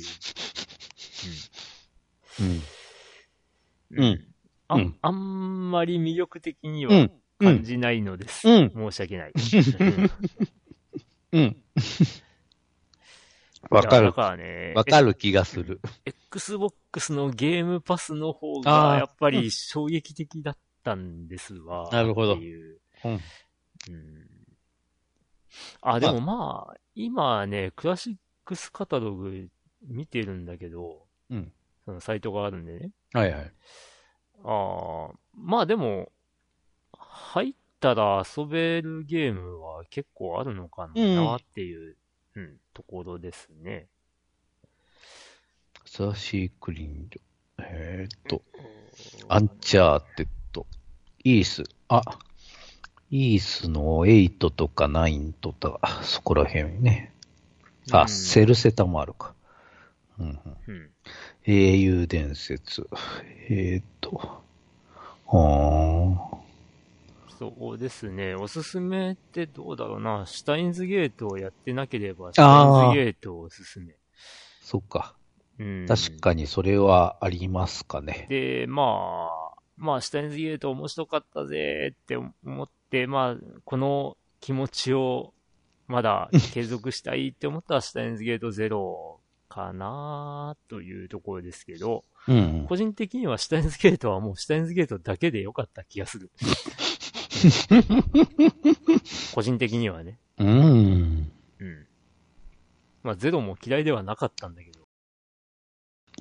うん。
う
うん。
あ
うん
あんまり魅力的に
う
は
ん
感じないのです。
うん
申し訳ない。うん
うん。わか
いや
る
だ。からね、
わかる気がする。
え Xbox のゲームパスの方
あ
が、
ー
やっぱり衝撃的だったんですわ。
なるほど
っていう
うん。
うんあ、でもまあ、今ね、クラシックスカタログ見てるんだけど、
うん
そのサイトがあるんでね。
はいはい。
ああ、まあでも、入ったら遊べるゲームは結構あるのかなっていう、うん、ところですね。
サーシークリンド。えーっと、アンチャーテッド。イース。あ、イースの8とか9とか、そこら辺ね。あ、
うん
セルセタもあるか。うんうん。
うん。
英雄伝説。えーっと、あ
そうですね。おすすめってどうだろうな。シュタインズゲートをやってなければ、シュタインズゲートをおすすめ。
ー、そっか。
うん、
確かにそれはありますかね。
で、まあ、まあ、シュタインズゲート面白かったぜって思って、まあ、この気持ちをまだ継続したいって思った ら、シュタインズゲートゼロかなというところですけど、
うんうん。
個人的にはシュタインズゲートはもうシュタインズゲートだけで良かった気がす る。個人的にはね。
うん。
うん。まあ、ゼロも嫌いではなかったんだけど。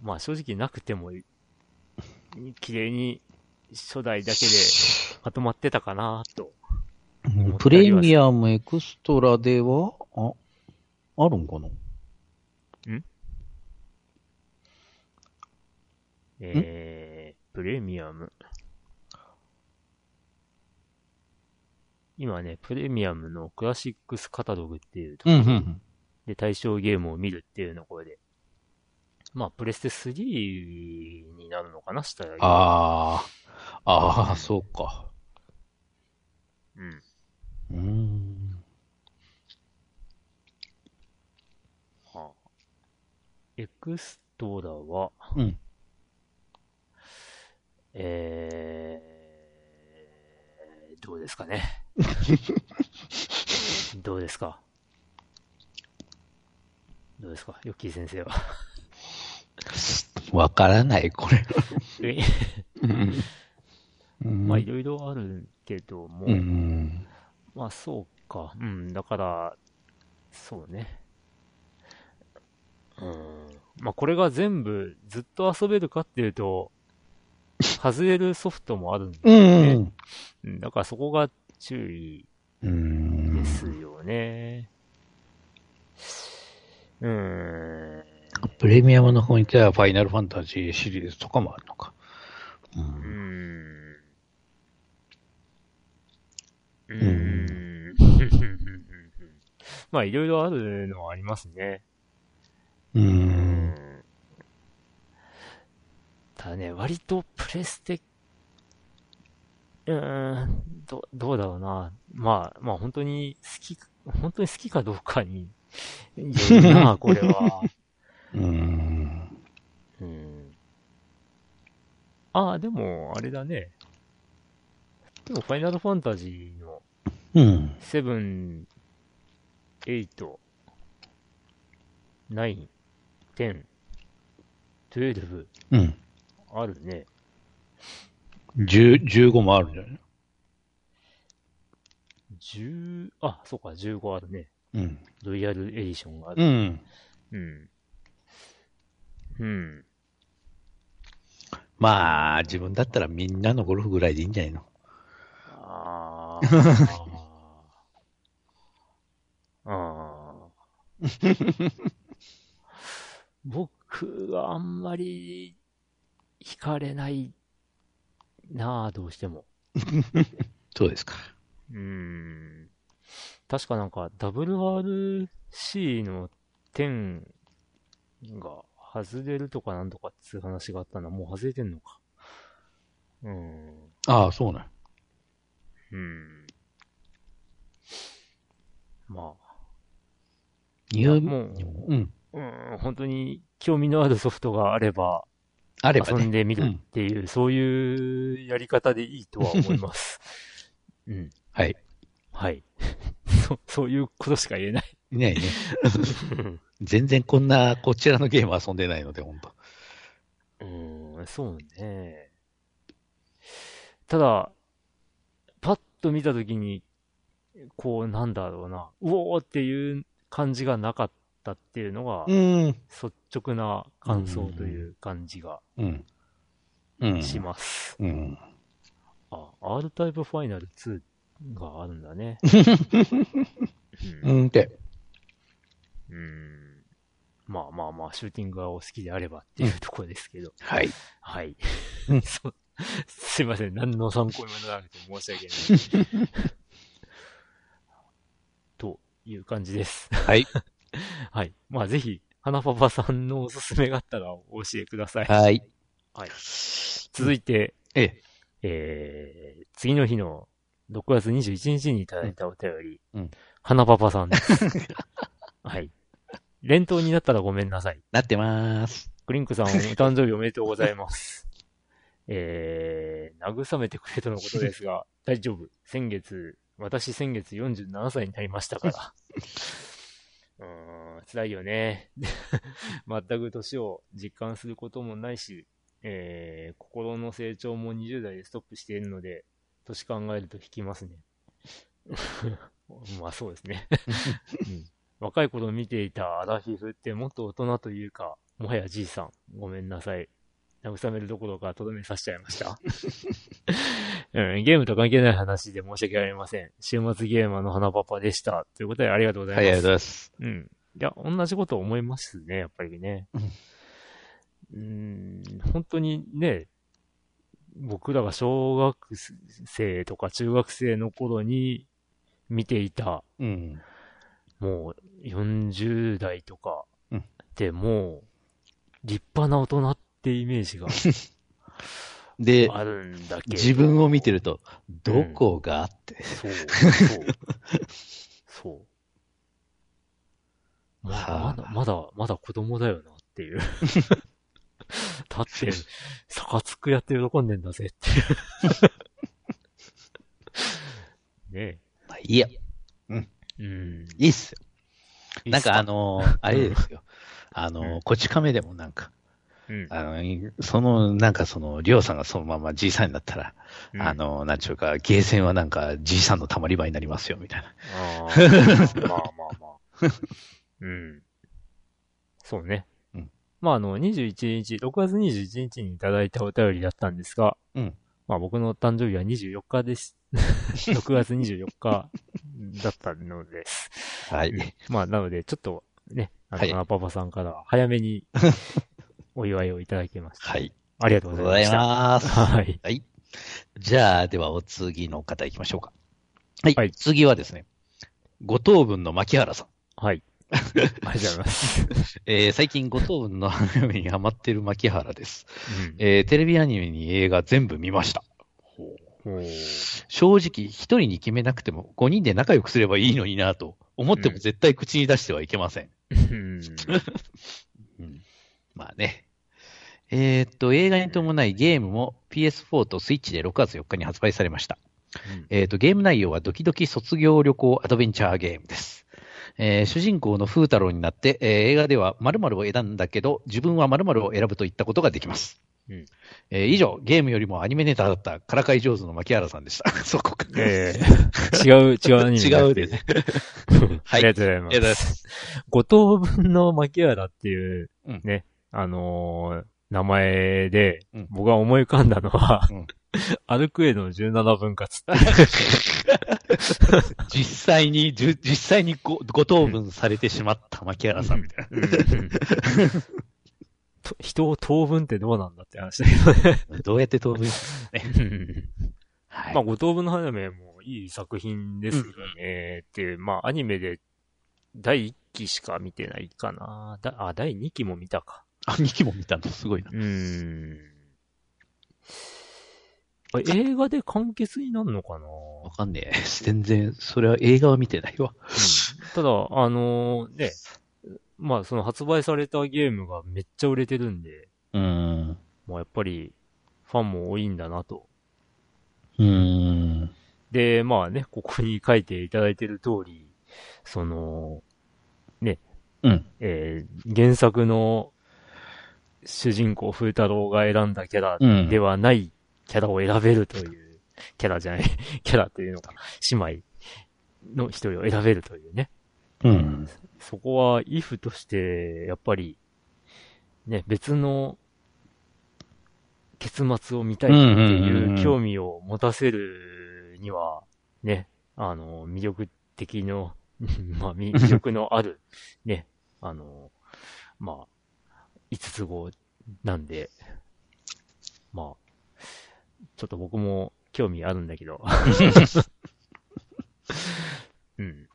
まあ、正直なくてもい、綺麗に初代だけでまとまってたかなと。
うんプレミアムエクストラでは、あ、あるんかな
えー、プレミアム。今ね、プレミアムのクラシックスカタログっていうとこ
うんうん。
で対象ゲームを見るっていうのこれで。まあ、プレステ3になるのかな、したら。
ああ、ああ、そうか。
うん。
うーん。
はあ、エクストラは、
うん
えー、どう ですかね。どうですか。どうですかヨッキー先生は。
わからない、これ。
え
うん。うん
まあ、いろいろあるけども、
うん。
まあ、そうか。うん、だから、そうね。うん。まあ、これが全部ずっと遊べるかっていう と、外れるソフトもあるんで、
うん。
うんだからそこが注意
うん。
ですよね。うん。
プレミアムの方に来たらファイナルファンタジーシリーズとかもあるのか。う。
うんん。う。
うん
まあ、いろいろあるのはありますね。
う。。
うんただね、割とプレステ、うーん、ど、どうだろうな。まあ、まあ本当に好き、本当に好きかどうかに、いるな、これは。
うん。
うん。ああ、でも、あれだね。でも、ファイナルファンタジーの
うん。
セブン、エイト、ナイン、テン、トゥエルブ、
うん。
あるね。
10 15もあるんじゃない
10、あ、そうか、15あるね。
うん。
ロイヤルエディションがあ
う
る。
ん。
うん。うん。
まあ、自分だったらみんなのゴルフぐらいでいいんじゃないの
あー あー。僕はあんまり惹かれないなあ、どうしても。
そうですか。
うーん。確かなんか WRC の10が外れるとかなんとかっつう話があったな。もう外れてんのか。うーん。
ああ、そうなん。
うん。まあ。いや
入
も
うん。
う、うん、本当に興味のあるソフトがあれば
あれば
遊ん
ね。
でみるっていう、そういうやり方でいいとは思い ます。うん。
はい。
はい。 そ、そういうことしか言えない。
いないね。 全然こんな、こちらのゲーム遊んでないので、本当
うーん、そうね。ただ、パッと見たときに、こう、なんだろうな、うおーっていう感じがなかったっていうのが、
うん。
率直な感想という感じが
うん。うん。
します。
うん。
あ、R タイプファイナル2があるんだね。
う
うん
んって。
うーん。まあまあまあ、シューティングがお好きであればっていうところですけど。
はい。
はい。
う ん
そうすいません。何の参考にもならなくて申し訳 ない。という感じです。
はい。
はい。まあ、ぜひ、花パパさんのおすすめがあったらお教えください。
はい。
続いて、
ええ。
えー、次の日の6月21日にいただいたお便り、
うんうん
花パパさんです。 はい。連投になったらごめんなさい。
なってまーす。
クリンクさん、お誕生日おめでとうございます。 えー、慰めてくれとのことです が、大丈夫。先月、私先月47歳になりましたから。 うーん、辛いよね。 全く年を実感することもないし、えー、心の成長も20代でストップしているので、年考えると引きます ね。まあそうですね。うん若い頃見ていたアラフィフってもっと大人というか、もはやじいさん、ごめんなさい。慰めるどころかとどめさしちゃいました、 うん。ゲームと関係ない話で申し訳ありません。週末ゲーマーの花パパでした。ということでありがとうございま
は
す。
い、ありがとうございます。
うん。いや、同じこと思いますね、やっぱりね。うん、本当にね、僕らが小学生とか中学生の頃に見ていた、
うん。
もう40代とか
うん
でもう立派な大人ってイメージが
で、
あるんだけど。
自分を見てると、どこがって。
そう、そう。そう。ま
は
だ
あ、
まだ、まだ、まだ子供だよなって いう。立って、逆つくやって喜んでんだぜって いう。ね
まあいいや、
え。うん。
いいっすよ。
いい
な
っ
ん
す
かあのーあれですよ。あの、
うん
こち亀でもなんか、
うん。
あの、その、なんかその、りょうさんがそのままじいさんになったら、
うん
あ、の、なんちゅうか、ゲーセンはなんかじいさんの溜まり場になりますよ、みたいな。
あー まあまあまあ。うん。そうね。
うん
まあ、あの、21日、6月21日にいただいたお便りだったんですが、
うん
まあ僕の誕生日は24日 です。6月24日だったのです。
はい。
まあ、なので、ちょっとね、あの、
はい
花パパさんからは早め にお祝いをいただきました。
はい。
ありがと
あ
う
り
ご
がとう
ざ
ござ
いま
い
した。
ます。
はい。
はい。じゃあ、ではお次の方行きましょうか。はい。
はい
次はですね、五等分の牧原さん。
はい。ありがとうござい ます。
えー最近五等分のアニメにハマってる牧原です。
うん
えーテレビアニメに映画全部見ました。
ほう
正直、一人に決めなくても、5人で仲良くすればいいのになと思っても
うん
絶対口に出してはいけません。
うん
うんまあね。えーっと、映画に伴いゲームも PS4 と Switch で6月4日に発売されました。えーっと、ゲーム内容はドキドキ卒業旅行アドベンチャーゲームです。えー主人公の風太郎になって、えー映画では〇〇を選んだけど、自分は〇〇を選ぶといったことができます。
うん
えー以上、ゲームよりもアニメネタだった、からかい上手の牧原さんでした。 そこか。
ええ 違う、違うアニメにな
違
っ
う
て
で
る
すね。
ありがとうございま。
ありがとうございますす。
五等分の牧原っていう
うん、
ね、あのー名前で
うん、
僕が思い浮かんだの は、
うん
アルクエの17分割って
実際に、じゅ実際にごご答分されてしまった牧原さんみたい
うん と人を当分ってどうなんだって話だけどね。
な。どうやって答分はい。
まあ、五等分のアニメもいい作品ですよね。って、まあ、アニメで第1期しか見てないかな。だあ、第2期も見たか。
あ、兄貴も見たのすごいな。
うーん。あ映画で完結になるのかな、
わかんねえ。全然、それは映画は見てないわ。
ただ、あのーね、まあその発売されたゲームがめっちゃ売れてるんで、
うーん。
まあやっぱりファンも多いんだなと。
うーん。
で、まあね、ここに書いていただいてる通り、その、
うん。
えー原作の主人公風太郎が選んだキャラ
うん。
ではないキャラを選べるという、キャラじゃない、 キャラというのか、姉妹の一人を選べるというね。
うん。
そこは、イフとして、やっぱり、ね、別の結末を見たいって
うんうんうん
いううん興味を持たせるには、ね、あの、魅力的の、 まあ、魅魅力のある、ね、あの、まあ、五つ子なんで、まあ、ちょっと僕も興味あるんだけ ど。うん。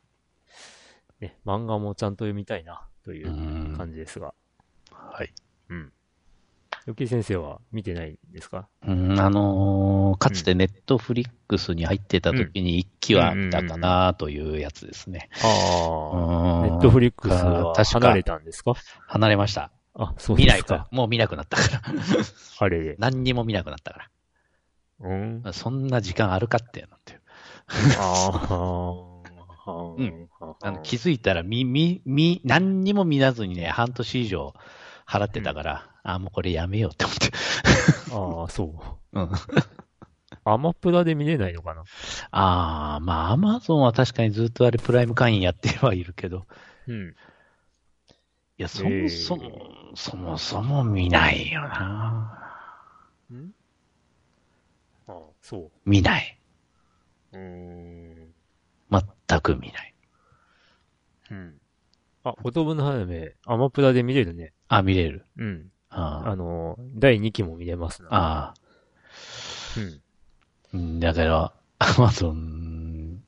ね、漫画もちゃんと読みたいな、といううん感じですが。
はい。
うん。よき先生は見てないんですか
うん、あのーかつてネットフリックスに入ってた時に一気は見たかなというやつですね。う
ああ。ネ
ーん
ットフリックスは
確か
離れたんですか
離れました。
あ、そう
見
で
ない
す
か
か。。
もう見なくなった から。
あれで。
何にも見なくなったから。
うん。あ
そんな時間あるかってなんていう。
あ。
うん。あ
あ
の
の、
気づいたら、み、み、み、何にも見なずにね、半年以上払ってたから、あ、もうこれやめようって思って。
ああ、そう。
うん。
アマプラで見れないのかな
ああ、まあ、アマゾンは確かにずっとあれプライム会員やってはいるけど、
うん。
いや、そもそも、そもそも見ないよな。
んああ、そ
見ない。
う。うーん。
全く見ない。
うん。あ、おとぶの花嫁、アマプラで見れるね。
あ、見れる。
うん。
あ
あの、第2期も見れますな。
あ
うん。
ー、うんだから、アマゾン、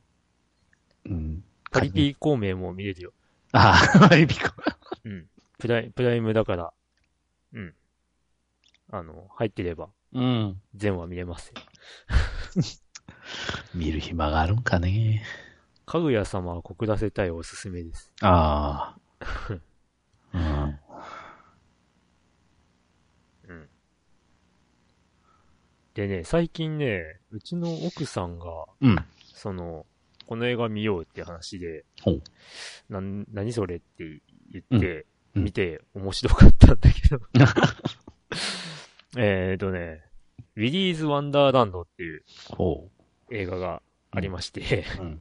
うん、
パリピ孔明も見れるよ。
ああ、マリピコ。
うん。プライ、プライムだから、うん。あの、入ってれば、
うん。
全話見れますよ。
見る暇があるんかね。
かぐや様は告らせたいおすすめです。
あ あ。うん。
うん。でね、最近ね、うちの奥さんが、
うん。
その、この映画見ようって話で
ほう、
なん何それって言って、
うん
見て面白かったんだけ ど。えっとね、ウィリーズ・ワンダーランドっていう
ほ
映画がありまして、
う。うん。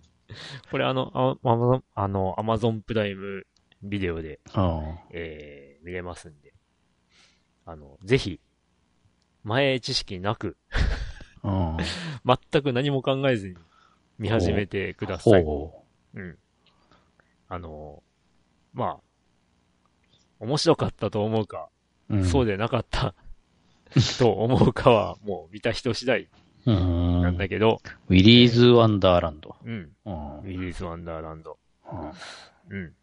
これあの、あアマゾン、あの、アマゾンプライムビデオで、
あ
えー見れますんで、あの、ぜひ、前知識なく、
あ。うん。
全く何も考えずに見始めてください。
ほ
うん。あの、まあ、面白かったと思うか、
う。うん、
そう
で
でなかったと思うかは、もう見た人次第
す。うん。
なんだけど、
ウィリーズ・ワンダーランド。
うん。
うん。
ウィリーズ・ワンダーランド。
うん
うん。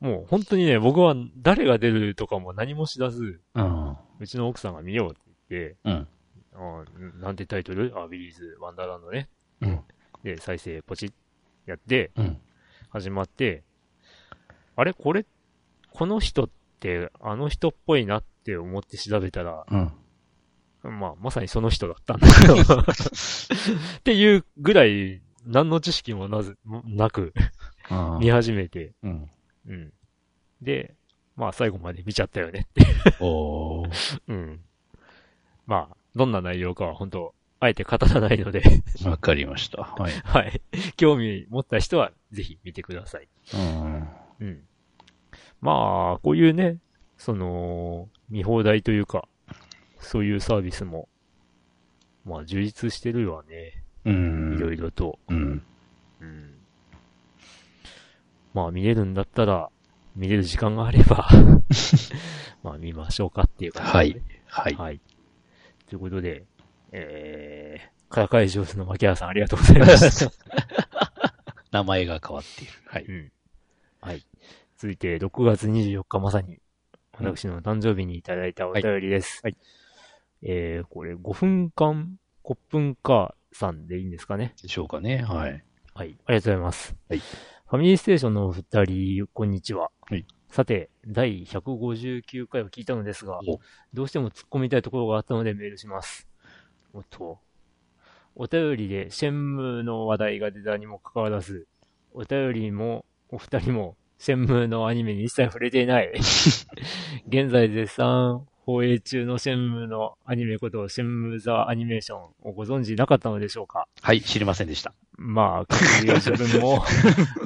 もう本当にね、僕は誰が出るとかも何も知らず、
うん。
うちの奥さんが見ようって言って、
うん。
あーなんてタイトルあ、ウィリーズ・ワンダーランドね。
うん。
で、再生ポチッやって、
うん。
始まって、あれこれ、この人ってあの人っぽいなって思って調べたら、
うん。
まあ、まさにその人だったんだけ ど。っていうぐらい、何の知識もなず、なく、
うん
見始めて、
うん。
うん。で、まあ、最後まで見ちゃったよね。
おー。
うん。まあ、どんな内容かは本当あえて語らないので、
わかりました。はい。
はい。興味持った人は、ぜひ見てください。
うん。
うん。まあ、こういうね、その、見放題というか、そういうサービスも、まあ、充実してるわね。
うん。
いろいろと。
うん。
うん。まあ、見れるんだったら、見れる時間があれ ば、まあ、見ましょうかっていう感じで、
はい。 はい。
はい。ということで、えー、からかい上手の牧原さんありがとうございました。
名前が変わっている。はい。
うん。はい。続いて、6月24日まさに、私の誕生日にいただいたお便りです。
はい
えー、これ、5分間、コップンカーさんでいいんですかね。
でしょうかね。はい。
はい。ありがとうございます。
はい
ファミリーステーションのお二人、こんにちは。
はい
さて、第159回を聞いたのですが
お、
どうしても突っ込みたいところがあったのでメールします。おっと。お便りでシェンムーの話題が出たにもかかわらず、お便りもお二人もシェンムーのアニメに一切触れてい ない。現在絶賛放映中のシェンムーのアニメことシェンムーザアニメーションをご存知なかったのでしょうか
はい。知りませんでした。
まあ、各有自分 も、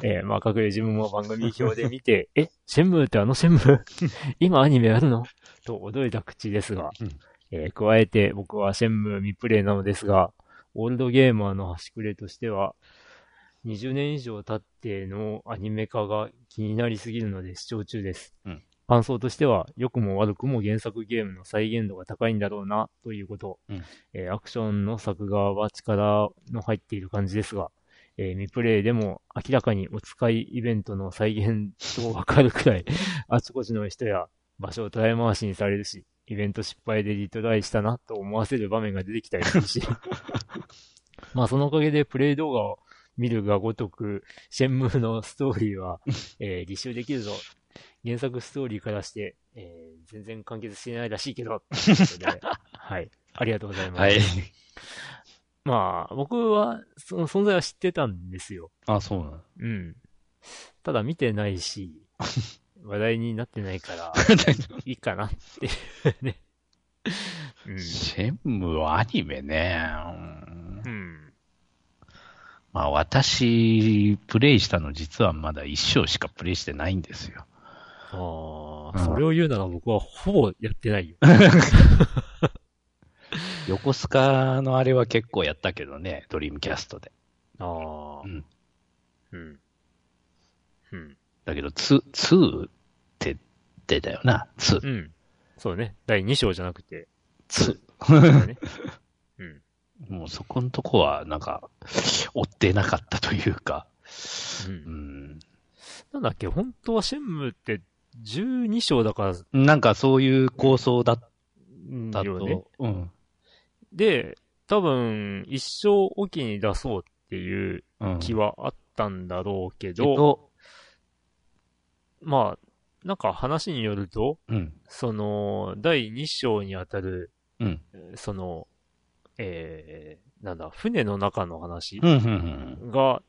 えーまあ、各有自分も番組表で見て、え、シェンムーってあのシェンムー 今アニメあるのと驚いた口ですが、
うん
えー加えて僕はシェンムー未プレイなのですが、オールドゲーマーの端くれとしては、20年以上経ってのアニメ化が気になりすぎるので視聴中です。
うん
感想としては、良くも悪くも原作ゲームの再現度が高いんだろうな、ということ。
うん
えーアクションの作画は力の入っている感じですが、えー未プレイでも明らかにお使いイベントの再現とわかるくらい、 あちこちの人や場所を捉え回しにされるし、イベント失敗でリトライしたなと思わせる場面が出てきたりする し、まあそのおかげでプレイ動画を見るがごとく、シェンムーのストーリー は、えー、履修できるぞ。原作ストーリーからして、えー全然完結してないらしいけ ど、ということではい。ありがとうございます。
はい。
まあ、僕は、その存在は知ってたんですよ。
あ、そう なの。
うん。ただ見てない し、話題になってないから、いいかなって いうね。う
シェンムーアニメね。う
ん。
ん
うん。
まあ私、プレイしたの実はまだ一章しかプレイしてないんですよ。
あ
う
あ、
ん
それを言うなら僕はほぼやってないよ。
横須賀のあれは結構やったけどね、ドリームキャストで。
ああ。
うん。
うん。うん。
だけど、2、2って出たよな。2、
うん。そうね。第2章じゃなくて、
2。
そうね。うん。
もうそこのとこは、なんか、追ってなかったというか。
うん
う。ん。
なんだっけ、本当はシェンムーって12章だから、
なんかそういう構想だっ
うん
た
よね。
と。うん。
で、多分、一生おきに出そうっていう
うん。
気はあったんだろうけ
け
ど、
ど、
まあ、なんか話によると、
うん。
その、第2章にあたる、
うん。
その、えー、なんだ、船の中の話
うん。うんうん。
が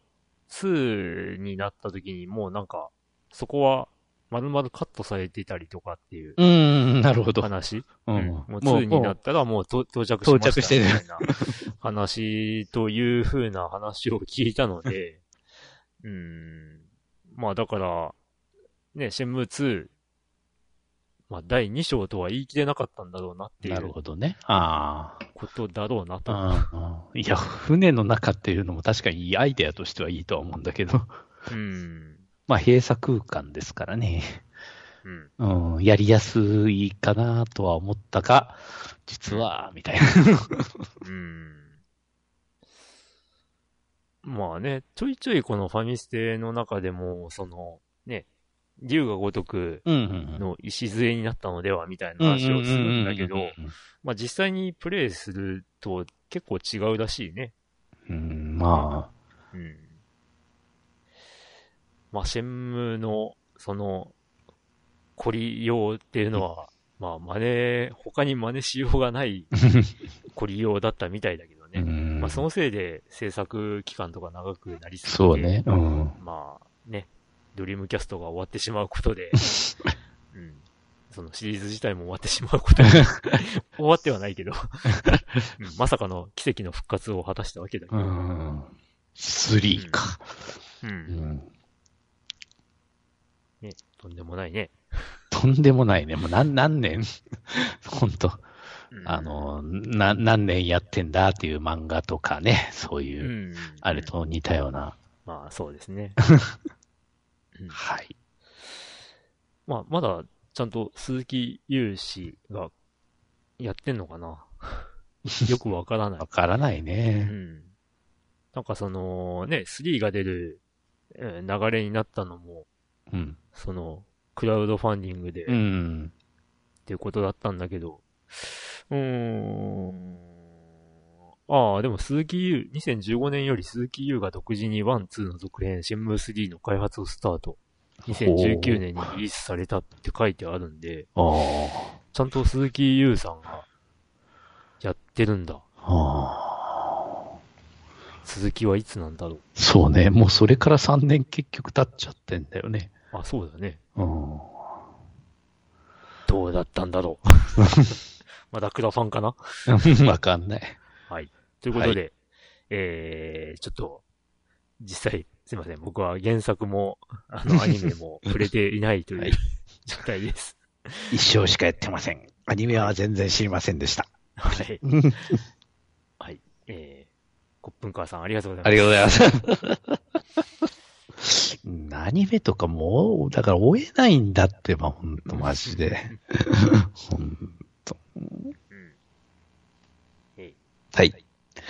2になった時にもうなんか、そこは丸々カットされてたりとかっていう
うん、なるほど。
話。
う
うん
ん。
もう2になったらもうと到着しました
到着してる
みたいな話というふうな話を聞いたの で、うん。まあだから、ね、シェンムー2、まあ第2章とは言い切れなかったんだろうなってい
なる
う
ほどね。ああ。
ことだろうなと。
うんいや、船の中っていうのも確かにいいアイデアとしてはいいとは思うんだけど、
うん。
まあ閉鎖空間ですからね、
うん。
うん、やりやすいかなとは思ったが、実は、み たいな。
うん。まあね、ちょいちょいこのファミステの中でも、その、ね、竜が如く
うん
の礎になったのではみたいな話をするんだけど、まあ実際にプレイすると結構違うらしいね。
うん、まあ、
うん。まあ、シェンムーの、その、凝りようっていうのは、まあ、真似、他に真似しようが ない凝りようだったみたいだけどね。
うん
まあ、そのせいで制作期間とか長くなりすぎて、
そうね、うん。
まあね、ドリームキャストが終わってしまうこと で、うん、そのシリーズ自体も終わってしまうこと で、終わってはないけど、うんまさかの奇跡の復活を果たしたわけだけ
う
ど、
ん、3か。
うん
うん、
ね、とんでもないね。
とんでもないね。もう何何年 本当
うん
あ、の、な、何年やってんだっていう漫画とかね、そ
う
ういう、
ん、
あれ。と似たような。
まあ、そうです ね。うん
はい。
まあ、まだ、ちゃんと鈴木雄志がやってんのかなよくわからない
わ。からないうね。
ん。なんかその、ね、3が出るうん流れになったのも、
うん。
その、クラウドファンディングで、
う
っ
ん。
ていうことだったんだけど、うーん。ああ、でも鈴木優、2015年より鈴木優が独自に1、2の続編、シェンムー3の開発をスタート。2019年にリリースされたって書いてあるんで、
おー
ちゃんと鈴木優さんがやってるんだ。
あー
鈴木はいつなんだろう。
そうね。もうそれから3年結局経っちゃってんだよね。
あ、そうだね。
うん。
どうだったんだろう。 まだクラファンかな
わかんない。
ということで、えー、ちょっと、実際、すいません、僕は原作も、あの、アニメ も触れていないという、
はい
状態です。
一生しかやってません。アニメは全然知りませんでした。
はい。
うん
はい。えー、コップンカーさん、ありがとうございます。
ありがとうございます。 うんアニメとかもう、だから追えないんだってば、ほんと、マジ で。ほん
うん
はい。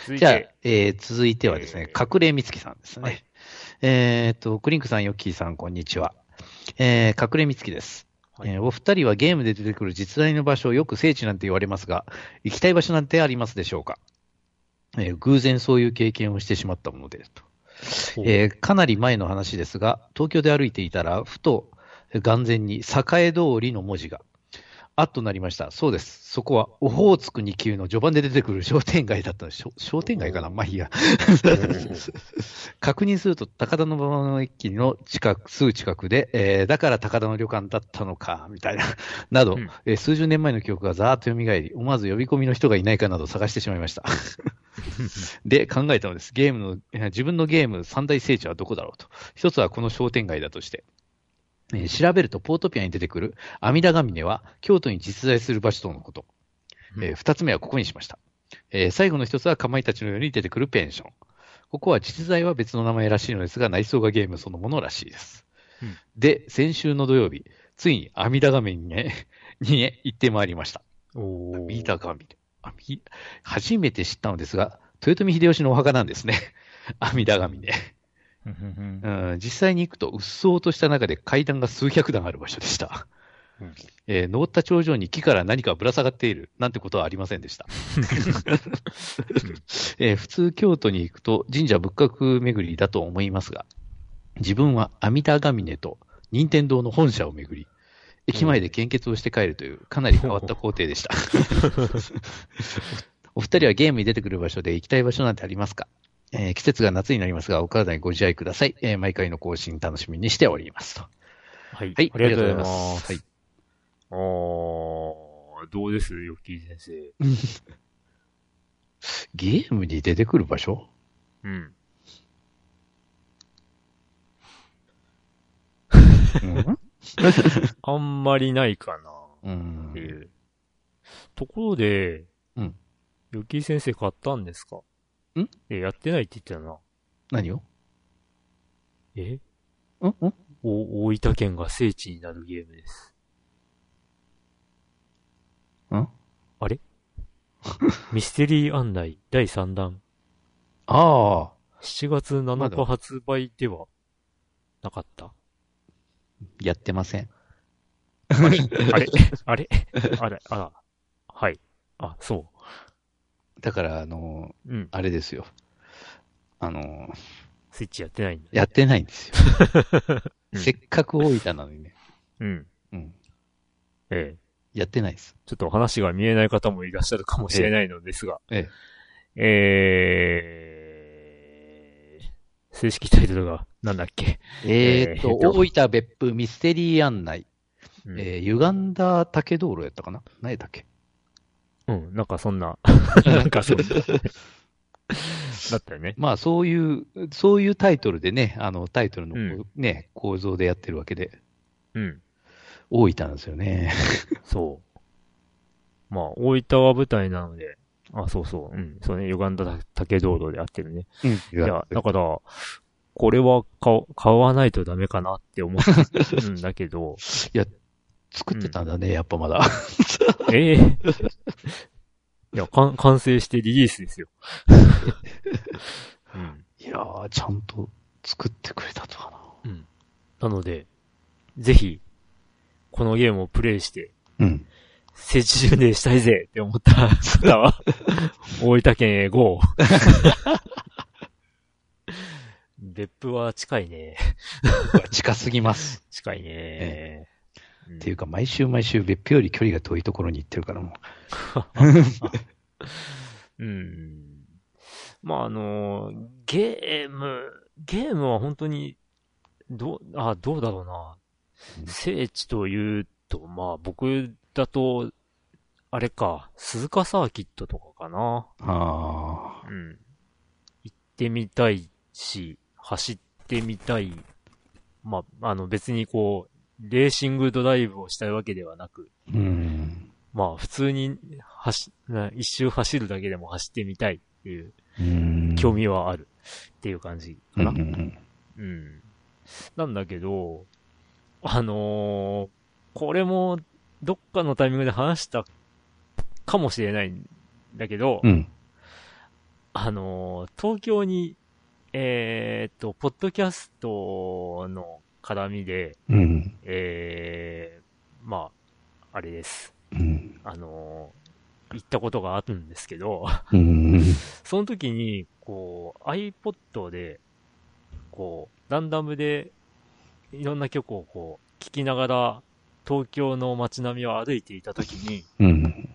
続い
じゃあ
て、、
えー続いてはですね、
えー
隠れみつきさんですね。
はい
えーっと、クリンクさん、ヨッキーさん、こんにちは。えー隠れみつきです。
はい
えーお二人はゲームで出てくる実在の場所をよく聖地なんて言われますが、行きたい場所なんてありますでしょうか、えー偶然そういう経験をしてしまったものですと。
ほう
えーかなり前の話ですが、東京で歩いていたら、ふと眼前に栄通りの文字が、あっとなりました。そうです。そこは、オホーツク2級の序盤で出てくる商店街だったのしょ商店街かなまあいいや。 確認すると、高田馬場の駅の近く、すぐ近くで、えーだから高田の旅館だったのか、みたいな、など、
うん
えー数十年前の記憶がざーっと蘇り、思わず呼び込みの人がいないかなど探してしまいました。で、考えたのです。ゲームの、えー自分のゲーム三大聖地はどこだろうと。一つはこの商店街だとして。えー調べると、ポートピアに出てくる阿弥陀神峰は、京都に実在する場所とのこと。
うん
えー二つ目はここにしました。えー最後の一つは、かまいたちのように出てくるペンション。ここは実在は別の名前らしいのですが、内装がゲームそのものらしいです。
うん
で、先週の土曜日、ついに阿弥陀神に,、にね行ってまいりました。
おー
阿弥陀神阿弥初めて知ったのですが、豊臣秀吉のお墓なんですね。 阿弥陀神ね。
うんうん
うん、実際に行くと、うっそうとした中で階段が数百段ある場所でした。
うん
えー登った頂上に木から何かぶら下がっているなんてことはありません でした。 えー普通京都に行くと神社仏閣巡りだと思いますが、自分は阿弥陀神峰と任天堂の本社を巡り、駅前で献血をして帰るというかなり変わった工程でした。お二人はゲームに出てくる場所で行きたい場所なんてありますかえー季節が夏になりますが、お体にご自愛ください。えー毎回の更新楽しみにしておりますと。
はい。
はい、
ありがとうございます。
はい。
おー、どうですよっきー先生。
ゲームに出てくる場所
うん。
うん。
あんまりないかな、
う
ってい
ん。
う。ところで、
うん。
よっきー先生買ったんですか
ん
え、やってないって言ってたな。
何を
え
うんうん
お大分県が聖地になるゲームです。
ん
あれ ミステリー案内第3弾。
ああ、
7月
ま
7
だ
日発売ではなか った。
やってません。
あれあれあれあら。はい。あ、そ
だから、あの、
う。うん。
あれですよ。あの、
スイッチやってないんだ。
やってないんですよ。
うん
せっかく大分なのにね。
うん。
うん。
ええ。
やってないです。
ちょっとお話が見えない方もいらっしゃるかもしれないのですが。
ええ。
えー、正式タイトルがなんだっけ、
えーっと、
えーと
大分別府ミステリー案内。
うん、
えー、歪んだ竹道路やったかな何やったっけ
うん、なんかそんな、なんかそんな。だったよね。
まあ、そういう、そういうタイトルでね、あの、タイトルのこ
う
う、
ん
ね、構造でやってるわけで、
うん。
大分なんですよね。
そう。まあ、大分は舞台なので、あ、そうそう、うん、そうね、歪んだ竹道路であってるね。
うん。
いや、だから、これは買お買わないとダメかなって思 ったんだけど、
作ってたんだね、やっぱまだ。
ええいや、かん完成してリリース ですよ。うん。
いやー、ちゃんと作ってくれたとか
なので、ぜひ、このゲームをプレイして、
な。うん。
聖地巡礼したいぜって思った方は、 大分県へ GO! 別府は近いね。
近すぎます。
近いね。っ
っていうか、毎週毎週別府より距離が遠いところに行ってるからも
うん。まあ、あの、ゲーム、ゲームは本当に、どう、あ、どうだろうな
う。ん
聖地というと、まあ、僕だと、あれか、鈴鹿サーキットとかかな。
う。あ
うん。行ってみたいし、走ってみたい。まあ、あの別にこう、レーシングドライブをしたいわけではなく、
ー。うん。
まあ普通に走、な一周走るだけでも走ってみたいっていう
うん。
興味はあるっていう感じかな。
うんうん
うん。なんだけど、あのーこれもどっかのタイミングで話したかもしれないんだけど、
うん。うん。
あのー東京に、えーっと、ポッドキャストの絡みで、
うん。
えー、まあ、あれです。
うん。
あのー行ったことがあるんですけど、
うん。
その時に、こう、iPod で、こう、ランダムで、いろんな曲をこう、聴きながら、東京の街並みを歩いていた時に、
うん。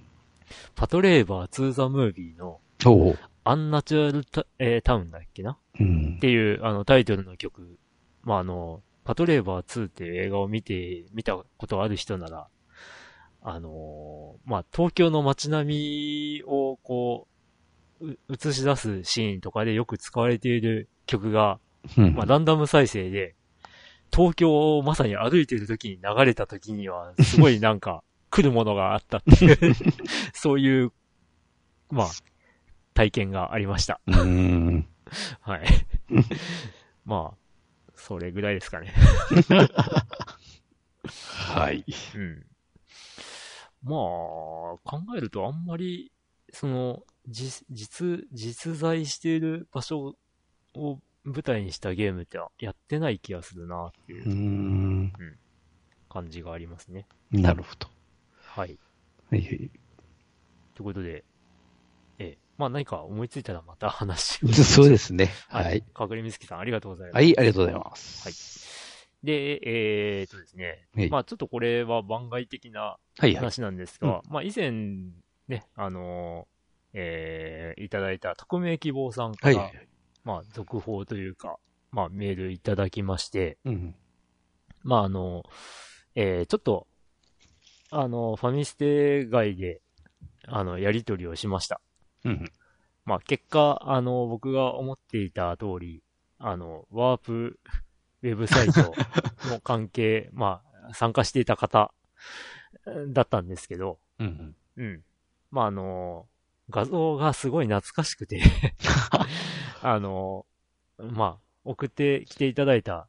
パトレーバー2ザムービーの、
おう。
アンナチュラルタ,、えータウンだっけな
うん
っ。ていう、あの、タイトルの曲。まあ、あの、パトレーバー2っていう映画を見て、見たことある人なら、あのーまあ、東京の街並みをこう、う映し出すシーンとかでよく使われている曲が、
うん
まあ、ランダム再生で、東京をまさに歩いてる時に流れた時には、すごいなんか、 来るものがあったっていう、 そういう、まあ、体験がありました。
うん。
はい。まあ、それぐらいですか ね。
はい。
うん。まあ、考えるとあんまり、その、実、実、実在している場所を舞台にしたゲームってやってない気がするなっていうう
ーん。
感じがありますね。
なるほど。
はい。
はいはい。
ということで、ええ、まあ何か思いついたらまた話を。
そうですね。はい。。
かぐれみずきさんありがとうございます。
はい、ありがとうございます。
で、えー、っとですね。
はい
まあちょっとこれは番外的な
はいはい。
話なんですが、まあ以前ね、あのーえーいただいた匿名希望さんか
はい
ら、
はい。
まあ続報というか、まあメールいただきまして、
うん。
まあ、あの、えーちょっと、あの、ファミステ外で、あの、やりとりをしました。
うん。
まあ、結果、あの、僕が思っていた通り、あの、ワープウェブサイトの関係、まあ、参加していた方だったんですけど、
うん。
うん。まあ、あの、画像がすごい懐かしくて、 あの、まあ、送ってきていただいた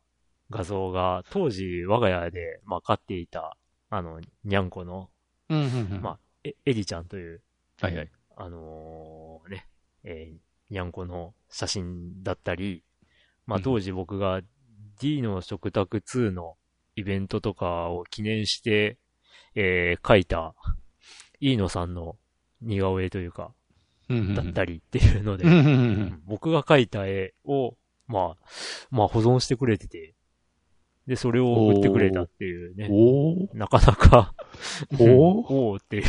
画像が、当時我が家で、まあ、飼っていた、あの、にゃんこの、
うん。うん
まあ、えエリちゃんという、
あ、はいはい。
あのーね、えーにゃんこの写真だったり、まあ、
うん
当時僕が D の食卓2のイベントとかを記念して、えー書いた、飯野さんの似顔絵というか、だったりっていうので、
うんうんう
うんん僕が描いた絵を、まあ、まあ保存してくれてて、で、それを送ってくれたっていう
うん。
ね、
おー
なかなか、
おー
おーっていう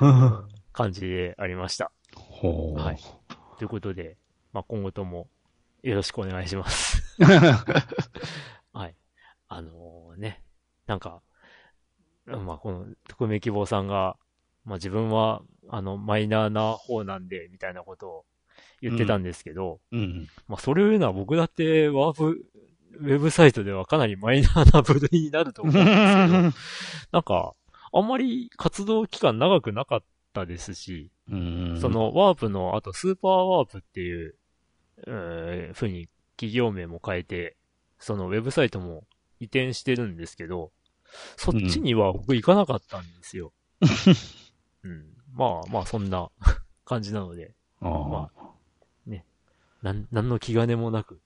は
感じでありました。はい ということで、まあ、今後ともよろしくお願いします。 はい。あのね、なんか、まあ、この、匿名希望さんが、まあ、自分は、あの、マイナーな方なんで、みたいなことを言ってたんですけど、
うん。
まあ、それを言うのは僕だって、ワープ、ウェブサイトではかなりマイナーな部類になると 思うんですけど、 なんか、あんまり活動期間長くなかったですし、
うん
そ、のワープの、あとスーパーワープっていう、うーんふうに企業名も変えて、そのウェブサイトも移転してるんですけど、そっちには僕行かなかったんです よ。うん、まあまあそんな感じなので、
あ
なん、なんの気兼ねもなく、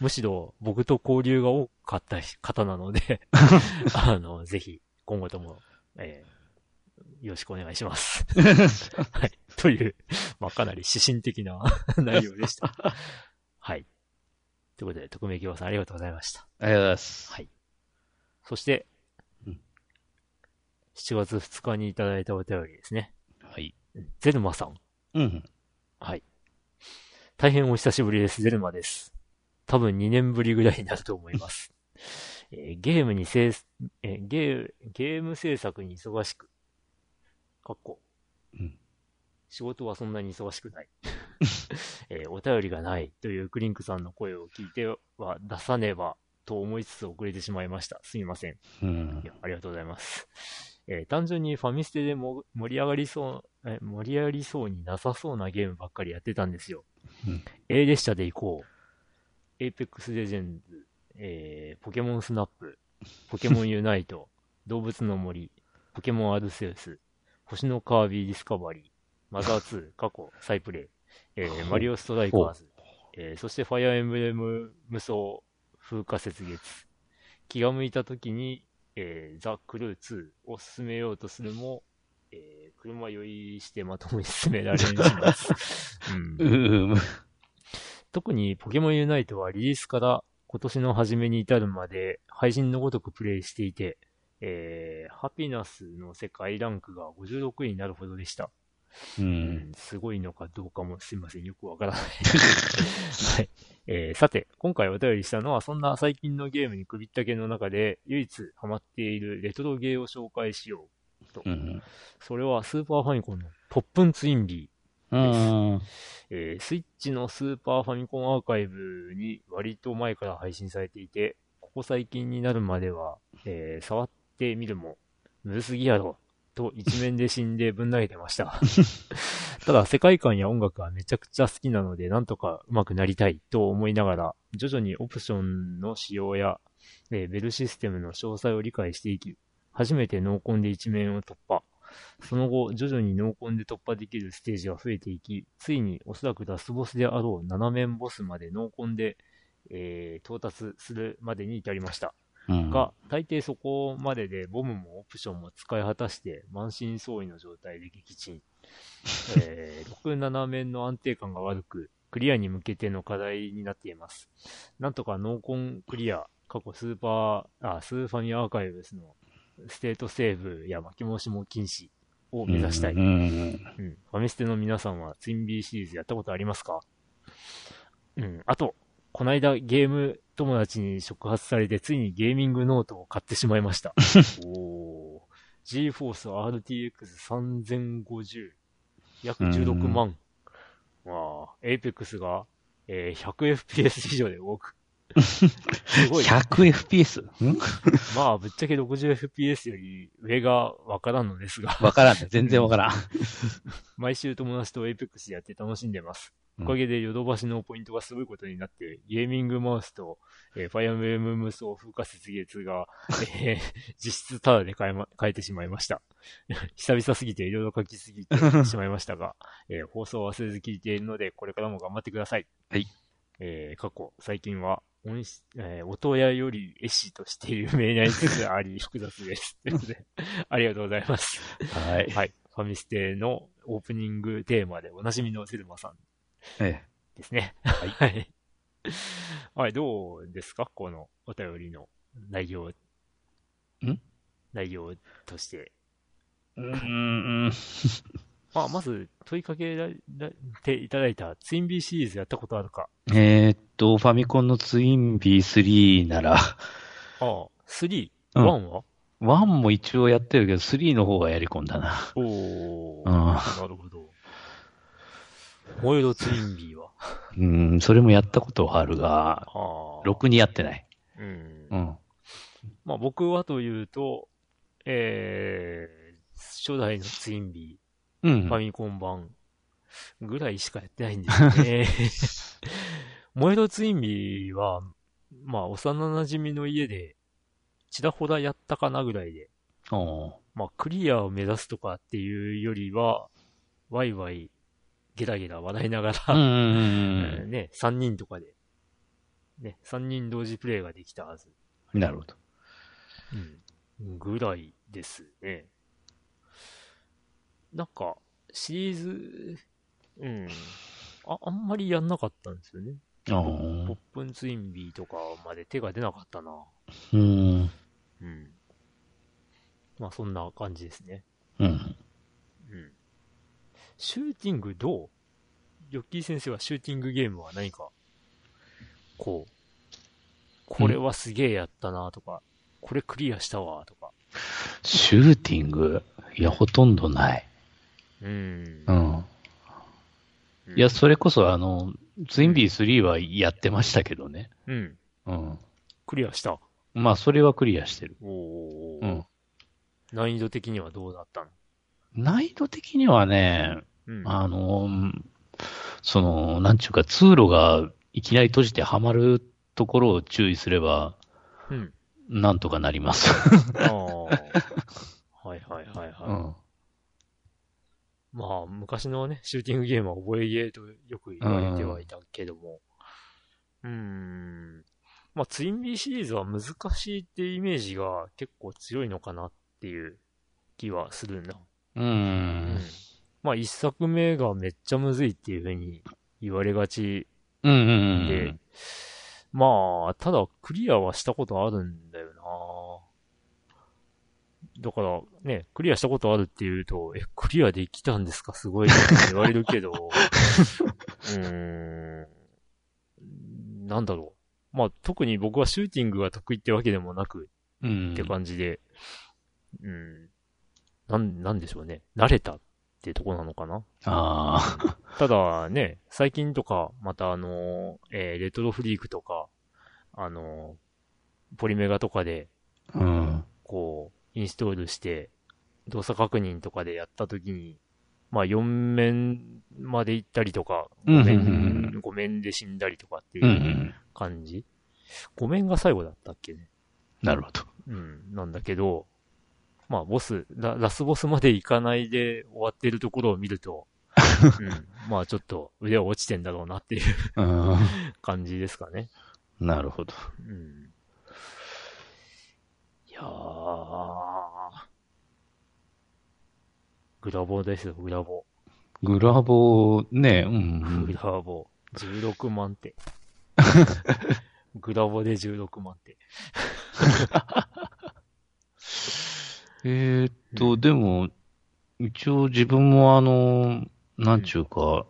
むしろ僕と交流が多かった方なの で、あの、ぜひ、今後とも、えーよろしくお願いします。はい。 という、まあ、かなり指針的な 内容でした。 はい。ということで、特命希望さんありがとうございました。
ありがとうございます。
はい。そして、
うん
7月2日にいただいたお便りですね。
はい。
ゼルマさん。
うん。
はい。大変お久しぶりです。ゼルマです。多分2年ぶりぐらいになると思います。 えーゲームにせい、えーゲー、ゲーム制作に忙しく。かっこ。
うん
仕事はそんなに忙しくない。 えーお便りがないというクリンクさんの声を聞いては出さねばと思いつつ遅れてしまいました。すみません。
うん
いや、ありがとうございます。 えー単純にファミステでも盛り上がりそう、え盛り上がりそうになさそうなゲームばっかりやってたんですよ。
うん
A 列車で行こう。エイペックスレジェンズ、えーポケモンスナッ プ、ポケモンユナイト、動物の森、ポケモンアルセウス、星のカービィディスカバリー、マザー2、過 去、サイプレイ、えーマリオストライカーズ、えーそしてファイアーエンブレム無双、風化雪月。気が向いた時に、えーザ・クルー2を進めようとするも、えー車酔いしてまともに進められんし ます、うん
うん。
特にポケモンユナイトはリリースから今年の初めに至るまで配信のごとくプレイしていて、えーハピナスの世界ランクが56位になるほどでした。
うん。
すごいのかどうかもすいません、よくわからない。はいえーさて、今回お便りしたのは、そんな最近のゲームに首ったけの中で、唯一ハマっているレトロゲーを紹介しよう。
うん。
それはスーパーファミコンのポップンツインビー。
うん。
えースイッチのスーパーファミコンアーカイブに割と前から配信されていて、ここ最近になるまでは、えー触ってみるも、むずすぎやろ、と一面で死んでぶん投げてました。ただ世界観や音楽はめちゃくちゃ好きなので、なんとか上手くなりたいと思いながら、徐々にオプションの使用や、えーベルシステムの詳細を理解していき、初めて濃ンで一面を突破。その後、徐々に濃ンで突破できるステージが増えていき、ついにおそらくラスボスであろう7面ボスまで濃ンで、えー到達するまでに至りました。
うん。
が、大抵そこまででボムもオプションも使い果たして満身創痍の状態で撃 沈。えー、6、7面の安定感が悪く、クリアに向けての課題になっています。なんとかノーコンクリア、過去スーパー、あ、スーファミアーカイブスのステートセーブや巻き戻しも禁止を目指したい。
うん。
うん。ファミステの皆さんはツインビーシリーズやったことありますかうん。あと、こないだゲーム友達に触発されて、ついにゲーミングノートを買ってしまいました。おー GForce RTX3050。約16万。まあ、Apex が、えー 100fps 以上で動く。すごい。
100fps? ん
まあ、ぶっちゃけ 60fps より上がわからんのですが、
わからんね。全然わからん。
毎週友達と Apex でやって楽しんでます。
うん
おかげでヨドバシのポイントがすごいことになって、ゲーミングマウスと、えー、ファイアムエム無双風化雪月が、えー 実質タダで買え,、ま、買えてしまいました。 久々すぎていろいろ書きすぎてしまいましたが、 えー放送を忘れず聞いているので、これからも頑張ってください。
はい。
えー過去、最近は、音質、えー音屋より絵師として有名になりつつあり、 複雑です。ということで、ありがとうございます。
はい。
はい。ファミステのオープニングテーマでおなじみのセルマさん
え
ですね。 はい。はい、どうですかこのお便りの内容。ん内容として。
うん。
まあ、まず問いかけららていただいたツインビーシリーズやったことあるか。
えーっと、ファミコンのツインビー3なら、
ああ、3、
う
1
ん
は、
1も一応やってるけど、3の方がやり込んだな。
おお、
うん
なるほど。モイドツインビーは。
うん、それもやったことはあるが、
ああ。
6にやってない。
うん
う。ん。
まあ僕はというと、えー、初代のツインビー。
う
フ
ん
ァ。ミコン版ぐらいしかやってないんですよ ね。モエドツインビーは、まあ、幼馴染の家で、ちらほらやったかなぐらいで、
おー
まあ、クリアを目指すとかっていうよりは、ワイワイ、ゲラゲラ笑いなが
うんう
ら、
ん
えーね、3人とかで、ね、3人同時プレイができたはず。
うん。なるほど。
ぐらいですね。なんか、シリーズ、うん。あ、あんまりやんなかったんですよね。
お
ポ
ー
ップンツインビーとかまで手が出なかったな。
うん。
うん。まあそんな感じですね。
うん。
うん。シューティングどうヨッキー先生はシューティングゲームは何か、こう、これはすげえやったなとか、これクリアしたわとか。
シューティングいや、ほとんどない。
うん
う。ん。いや、それこそ、あの、ツインビー3はやってましたけどね。
うん。
うん。
クリアした。
まあ、それはクリアしてる。
おお、
うん。
難易度的にはどうだったの
難易度的にはね、
うん。
あの、その、なんちゅうか、通路がいきなり閉じてはまるところを注意すれば、
うん。
なんとかなります。
ああ。はいはいはいはい。
うん。
まあ、昔のね、シューティングゲームは覚えゲーとよく言われてはいたけども。うーん。まあ、ツインビーシリーズは難しいってイメージが結構強いのかなっていう気はするな。
う。
うんまあ、一作目がめっちゃむずいっていうふうに言われがち
うんうんう
で
ん。、
まあ、ただクリアはしたことあるんだよなだからね、クリアしたことあるって言うと、え、クリアできたんですかすごいねって言われるけど、うーん、なんだろう。まあ、特に僕はシューティングが得意ってわけでもなく
うん。
って感じで、うん、なん、なんでしょうね。慣れたってとこなのかな
ああ。
ただね、最近とか、またあのー、えーレトロフリークとか、あのー、ポリメガとかで、
うん。
こう、インストールして、動作確認とかでやったときに、まあ4面まで行ったりとか、
う
5
んうんうん
面、5面で死んだりとかって
うんう。
いうん感じ。5面が最後だったっけね。
なるほど。
うん、なんだけど、まあ、ボスラ、ラスボスまで行かないで終わってるところを見る と、うん、まあ、ちょっと腕は落ちてんだろうなっていう
うん。
感じですかね。
なるほど。
うん。いやー。グラボですよ、グラボ。
グラボーね、うん
グラボ。16万 点。グラボで16万点。
うん。えーっ
う
と、でも、一応自分もあの、なんちゅうか、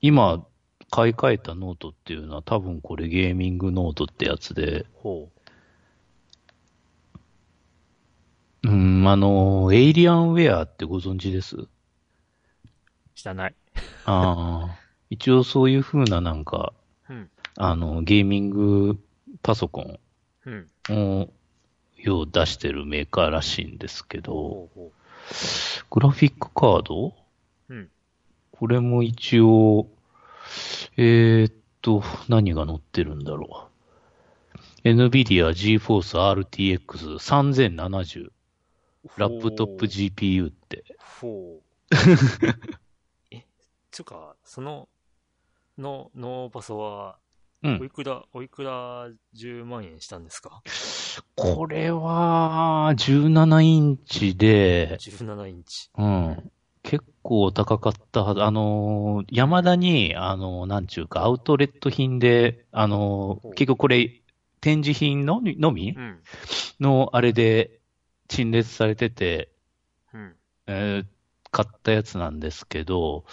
今、買い替えたノートっていうのは多分これゲーミングノートってやつで、
ほう。
うん、あの、エイリアンウェアってご存知です
知らない。
あ あ。一応そういう風ななんか、
うん。
あの、ゲーミングパソコ
うん。
ンを、よう出してるメーカーらしいんですけど、
ほうほ
グラフィックカード
う。うん。
これも一応、えーっと、何が載ってるんだろう。NVIDIA GeForce RTX 3070、ラップトップ GPU って。
ほう。え、つうか、その、の、ノーパソは、
う
お
ん。
いくら、おいくら10万円したんですか
これは、17インチで、
?17 インチ。
うん。結構高かったはず。あのー、山田に、あのー、なんちゅうか、アウトレット品で、あのー
ほう、
結局これ、展示品のみのみ
うん。
の、あれで、陳列されてて、
うん。
えー買ったやつなんですけど、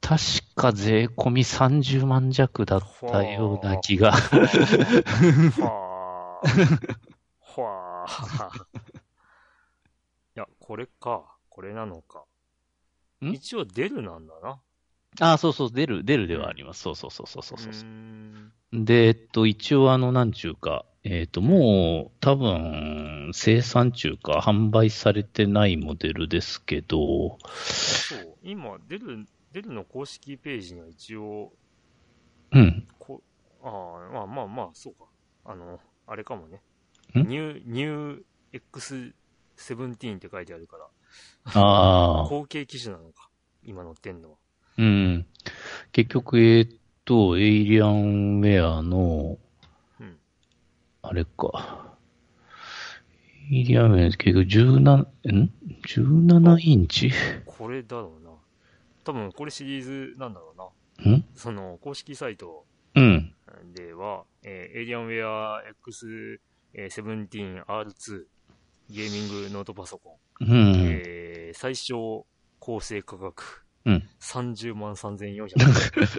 確か税込み30万弱だったような気が。
はあ。はあ。いや、これか。これなのか。
ん
一応出るなんだな。
あ、そうそう、出る、出るではあります。そうそうそうそうそうそう
ーん
で、えっと、一応あの、なんちゅうか、えっと、もう、多分、生産中か、販売されてないモデルですけど、
そう。今、出る、出るの公式ページには一応、
うん、
こああ、まあまあまあ、そうか。あの、あれかもね。
ん
ニュー、ニュー X17 って書いてあるから。
ああ、
後継機種なのか。今乗ってんのは。
うん。結局、えっと、エイリアンウェアの、
うん。
あれか。エイリアンウェア、結局17、ん ?17 インチ
これだろうな。多分これシリーズなんだろうな。
ん
その公式サイト
うん。
では、えーエイリアンウェア X17R2 ゲーミングノートパソコン、
うん。
えー最小構成価格、
うん
30万3400円。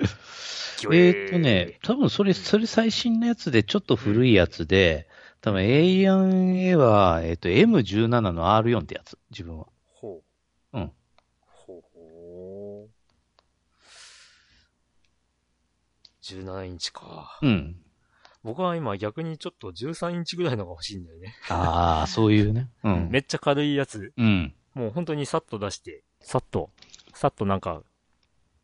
えーっとね、多分それ、それ最新のやつで、ちょっと古いやつで、多分 A4A は、えーっと、M17 の R4 ってやつ、自分は。
ほう。
うん。
ほうほう。17インチか。
うん。
僕は今逆にちょっと13インチぐらいのが欲しいんだよね。
ああ、そういうね。うん。
めっちゃ軽いやつ。
うん。
もう本当にさっと出して、さっと、さっとなんか、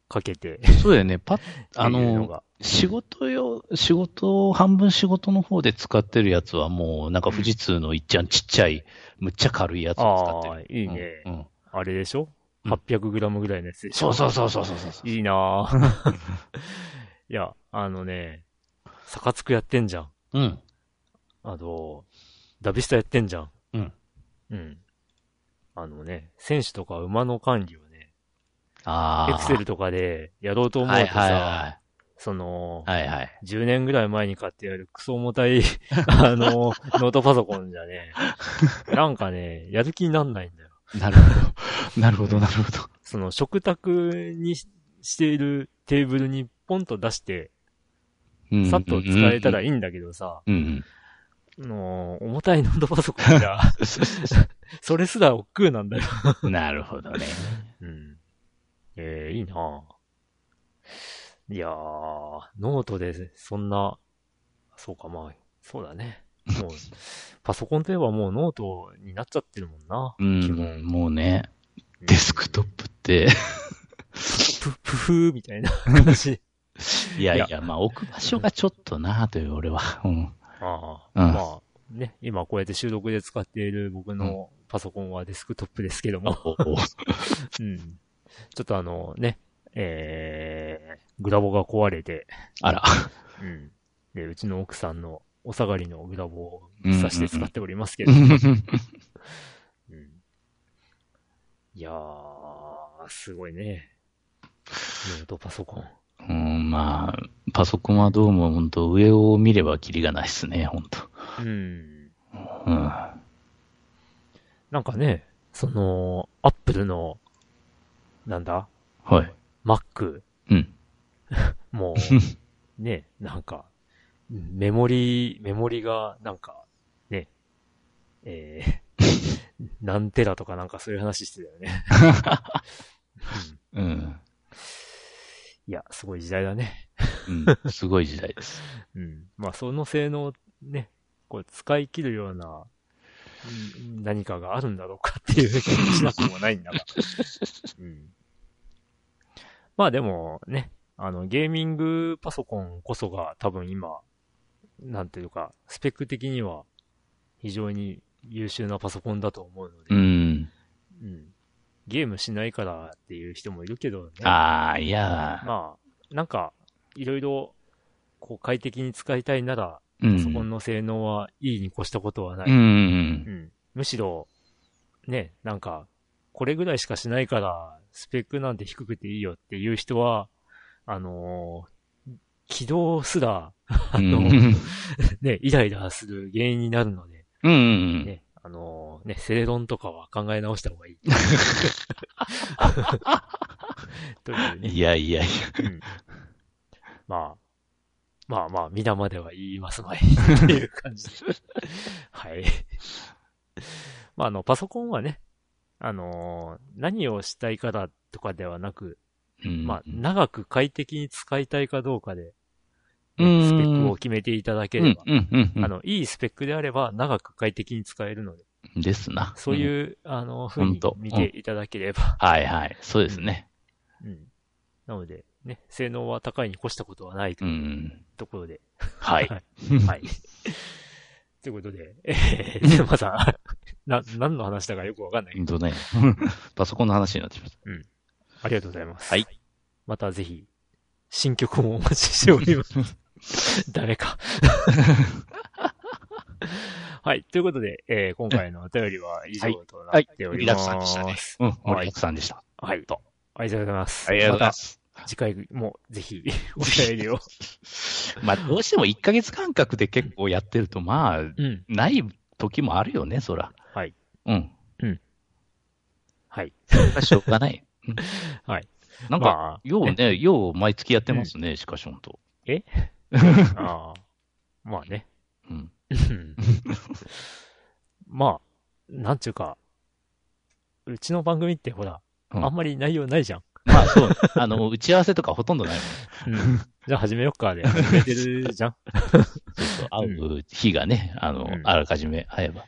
かけて、
そうだよね。パッ、 あ
っていうの
の、
が
仕事用、仕事、半分仕事の方で使ってるやつはもう、なんか富士通のいっちゃんちっちゃい、むっちゃ軽いやつを使ってる。
あーいいね
うん。うん
あれでしょ
うん
?800g ぐらいのやつでし
そ
ょ、
うそうそうそうそうそう。
いいなぁ。 いや、あのね、サカツクやってんじゃん。
うん。
あの、ダビスタやってんじゃん。
うん。
うん。あのね、選手とか馬の管理をね、
あ
エ
あ。
クセルとかでやろうと思う
はい
と
はい
さ、
は
その、
い。はいはい。
10年ぐらい前に買ってやるクソ重たい、あの、ノートパソコンじゃね、なんかね、やる気になんないんだよ。
なるほど。なるほど、なるほど。
その、食卓にししているテーブルにポンと出して、さっと使えたら
い。
いいんだけどさ、
うんうん。
あの重たいノートパソコンじゃ、それすら億劫なんだよ。
なるほど ね。
うん。ええいいなぁ。いやー、ノートで、そんな、そうか、まあ、そうだね。もう、 パソコンといえばもうノートになっちゃってるもんな。
うん、もうね、
うん
デスクトップって、
プ、プフーみたいな 話。
いやい
い
や、まあ置く場所がちょっとなという、俺は。うん。
ああ、
うん
まあ、ね、今こうやって収録で使っている僕のパソコンはデスクトップですけども、うん。ちょっとあの、ね、えー、グラボが壊れて、
あ ら。
うん。で、うちの奥さんのお下がりのグラボを
うんうんうん
差して使っておりますけ
う
ど。うん
ん
いやー、すごいね。ノートパソコン。
うん、まあ、パソコンはどうも本当上を見ればキリがないですね、本
うん。
当うん。
なんかね、その、アップルの、なんだ
はい。
?Mac。
うん。
も う、ね、なんか、メモリ、メモリが、なんか、ね、え ー、何テラとかなんかそういう話してたよね。うん
うん。
いや、すごい時代だね。
うん。すごい時代です。
うん。まあ、その性能をね、こう使い切るような、うん何かがあるんだろうかっていう気もしなくもないん だが。うん。まあでもね、あの、ゲーミングパソコンこそが多分今、なんていうか、スペック的には非常に優秀なパソコンだと思うので、
うん。
うんゲームしないからっていう人もいるけどね。
ああ、いやー、
まあ、なんか、いろいろ、こう、快適に使いたいなら、
う
パソコン
ん。
の性能はいいに越したことはな
う
い。
ん。
うんむしろ、ね、なんか、これぐらいしかしないから、スペックなんて低くていいよっていう人は、あのー起動すら、
あ
の
うん
ね、 イライラする原因になるので、
うんうん。
ね、あのーね、正論とかは考え直した方がいい。 というね
いやいやいや。
うんまあ、まあまあ、皆までは言います まいっていう感じで。はい。まあ、あの、パソコンはね、あのー何をしたいからとかではなく、
うん
まあ、長く快適に使いたいかどうかで、
う
ね
ん
スペックを決めていただけ
う
れ
ん
ば、
うんうんうん
あの、いいスペックであれば長く快適に使えるので、
ですな。
そう
うん。
いう、あの、ふう
ほ
に
んと
見ていただければ、
はいはい。そうですね。
うん。なので、ね、性能は高いに越したことはないと
う。
いうんところで、
はい
は。はい。 ということで、えー、テーマさん、な、何の話だかよくわかんないけ
うん
ど、
とね、パソコンの話になってしまった。
ありがとうございます。
はい。
またぜひ、新曲もお待ちしており ます。誰か。はい。ということで、えー、今回のお便りは以上となっております。
はいはい盛りだくさんでしたねうん。盛りだくさんでした。
はい。と。ありがとうございます。。
ありがとうございますす。
また次回もぜ ひ、お便りを。
まあ、どうしても1ヶ月間隔で結構やってると、まあ、
うん。
ない時もあるよね、そら。
はい。
うん。
はい。
しょう がない。
はい。
なんか、
まあ、
ようね、よう毎月やってますね、しかしほんと。
あーまあね。
うん。
うん まあ、なんちゅうか、うちの番組ってほら、
うん
あんまり内容ないじゃん。
まあ、そう。あの、打ち合わせとかほとんどないもん。
じゃあ始めよっかで始めてる じゃん。
そうそ う。会う日がね、あの
うん、
あらかじめ会えば。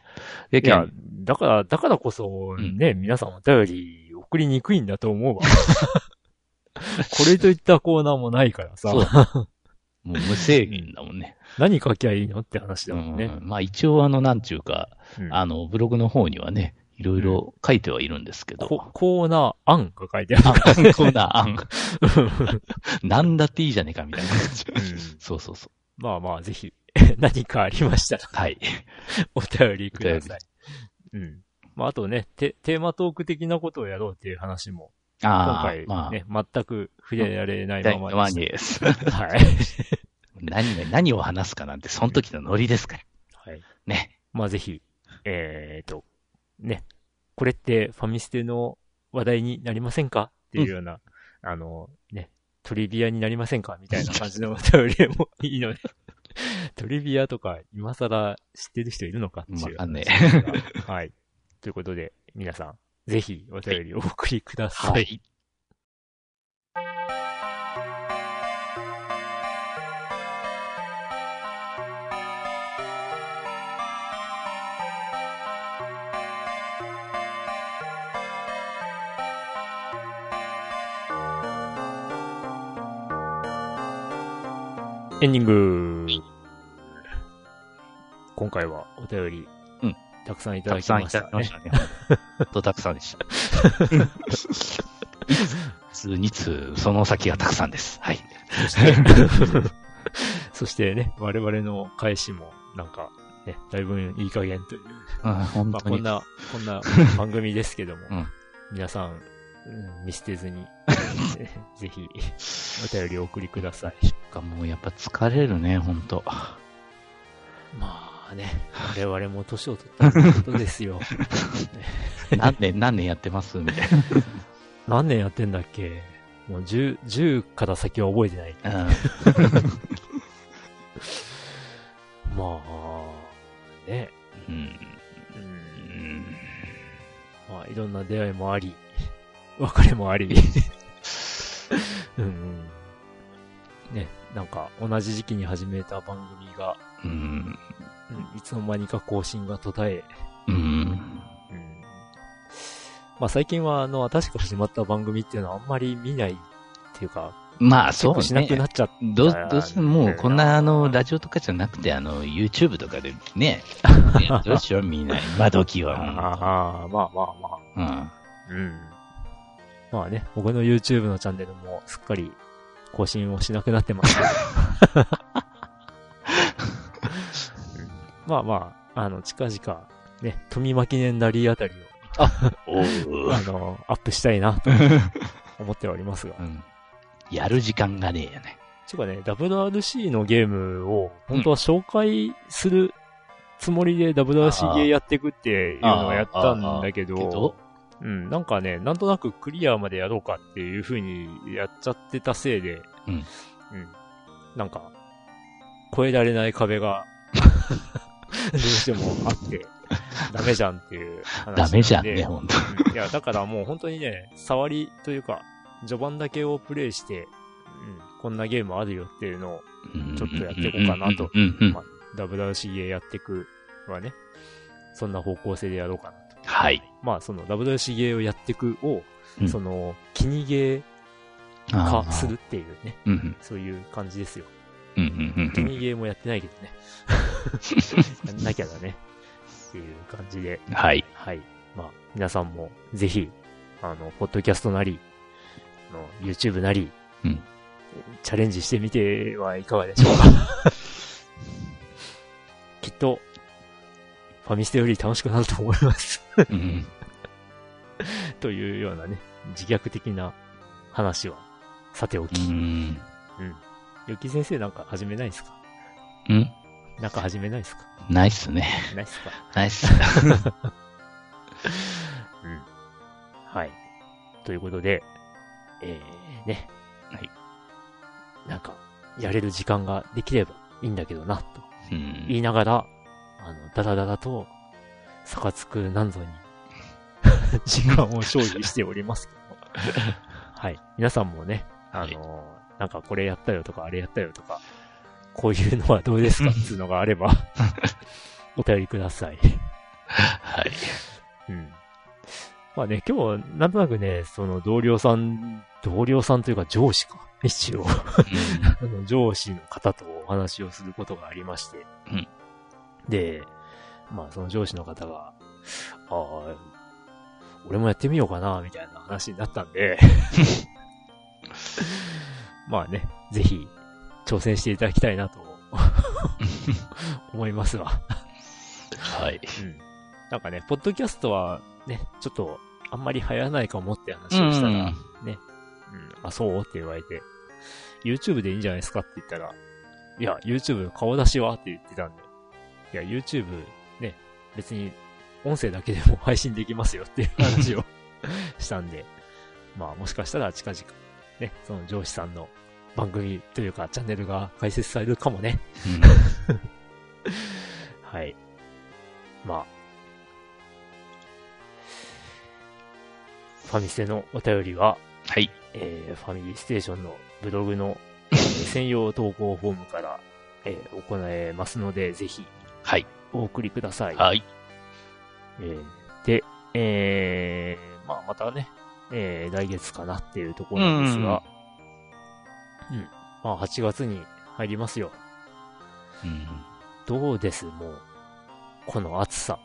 で、
いや
けん、
だから、だからこそ、
うん
ね、皆さんお便り送りにくいんだと思う わ。これといったコーナーもないからさ
そ、う。もう無制限だもんね。
何書きゃいいのって話だもんね。
うんまあ一応あの、なんちゅうか、
うん
あの、ブログの方にはね、いろいろ書いてはいるんですけど。
こコーナー案が書いて ある。
あコーナー案。なんだっていいじゃねえか、みたいな感じ。
ん
そうそうそう。
まあまあ、ぜひ、 何かありましたら、
はい。
お便りください。うん。まあ、あとねテ、テーマトーク的なことをやろうっていう話も、今
ああ
回、
まあ、
ね、全く触れられない
第
ま
2
ま
話
で
に
し
です。
た。はい。
何が、何を話すかなんて、その時のノリですから。
はい。
ね。
まあ、ぜひ、えーと、ね、これってファミステの話題になりませんかっていうような、あの、ね、トリビアになりませんかみたいな感じのお便りもいい ので、トリビアとか今更知ってる人いるのかっていう話
わかんね
ですがはい。ということで、皆さん、ぜひお便りをお送りください。
はい。
エンディング。今回はお便り、
うん
たくさんいた
た
だ
く
き
さんい
ましたた
だきま
ね
し。たね。ほんとたくさんでした。通、2通、その先がたくさんです。はい。
そして、 そしてね、我々の返しも、なんか、ね、だいぶいい加減という。
うん、本
まあ、
当
こん
に。
な、こんな番組ですけども、
うん
皆さん、うん見捨てずに、ぜひ、お便りお送りください。
もうやっぱ疲れるね、ほん と。
まあね、我々も年を取ったということですよ。
何年、何年やってますみたいな。
何年やってんだっけもう 10, 10から先は覚えてない。
うん。
まあ、ね。
うん。
う。
うんん
まあ、いろんな出会いもあり、 別れもあり。 うんうん。ね、なんか、同じ時期に始めた番組が、
うん。
うん、いつの間にか更新が途絶え、
うん。
うん。まあ、最近は、あの、新しく始まった番組っていうのはあんまり見ないっていうか、
まあ、そう
結構
ね。
しなくなっちゃっ
どう、どうせもう、こんな、あの、ラジオとかじゃなくて、あの、YouTube とかで ね、やってるでしょ、みんな。今時
た。
は。
ああ、まあまあまあ。
うん。
うん。まあね、僕の YouTube のチャンネルもすっかり更新をしなくなってますけど。うんまあまあ、あの、近々、ね、富巻年なりあたり
お
を、あ
う。
の、アップしたいな、と思ってはおりますが
う。ん。やる時間がねえよね。
ちゅうかね、WRC のゲームを、本当は紹介するつもりで WRC ゲーやっていくっていうのをやったんだけ
け
ど
ど、、
うん、なんかね、なんとなくクリアまでやろうかっていう風にやっちゃってたせいで、
うん。
うん。なんか、超えられない壁 が、どうしてもあって、ダメじゃんっていう話なんで。
ダメじゃんね、ほんと。
いや、だからもう本当にね、触りというか、序盤だけをプレイして、うん、こんなゲームあるよっていうのを、ちょっとやっていこうかなと
うんうんうんうんうん
まあ、WCA やっていくのはね、そんな方向性でやろうかなと。
はい。
まあ、その WCA をやっていくを、
うん
その、気にゲー
あ
化
ー
するっていうね、
うん
そういう感じですよ。
うんうんう
気
ん
にゲーもやってないけど ね。やんなきゃだね。っていう感じで、
うん。 はい。
はい。まあ、皆さんも、ぜひ、あの、ポッドキャストなり、あの、YouTube なり、
うん
チャレンジしてみてはいかがでしょうか。 きっと、ファミステより楽しくなると思います。
うん
というようなね、自虐的な話は、さてお
う
き。
ん。
よき先生なんか始めないですか
うん。
なんか始めないですか
ないっすね。
ないですか
ないっす。
うん。はい。ということで、えー、ね。
はい。
なんか、やれる時間ができればいいんだけどな、と
うん
言いながら、あの、ダラダラと、サカツクなんぞ に、時間を消費しておりますけど も。はい。皆さんもね、あのーなんかこれやったよとか、あれやったよとか、こういうのはどうですか っていうのがあれば、お便りください。
はい。
うん。まあね、今日はなんとなくね、その同僚さん、同僚さんというか上司か。 一応、あの上司の方とお話をすることがありまして。
うん
で、まあその上司の方が、ああ、俺もやってみようかな、みたいな話になったん で。まあね、ぜひ、挑戦していただきたいなと 思いますわ。
はい。
うん。なんかね、ポッドキャストはね、ちょっと、あんまり流行らないかもって話をしたら、うん、あ、そうって言われて、YouTube でいいんじゃないですかって言ったら、いや、YouTube の顔出しはって言ってたんで、いや、YouTube ね、別に音声だけでも配信できますよっていう話 をしたんで、まあもしかしたら近々、ね、その上司さんの番組というかチャンネルが開設されるかもね。
うん
はい。まあ。ファミステのお便りは、
はい。
えー、ファミリーステーションのブログのえー専用投稿フォームから、えー行えますので、ぜひ
はい。
お送りください。
はい。
えーで、えー、まあまたね、えー、来月かなっていうところなんですが、うん、まあ8月に入りますよ。
うん
どうですもう、この暑 さ。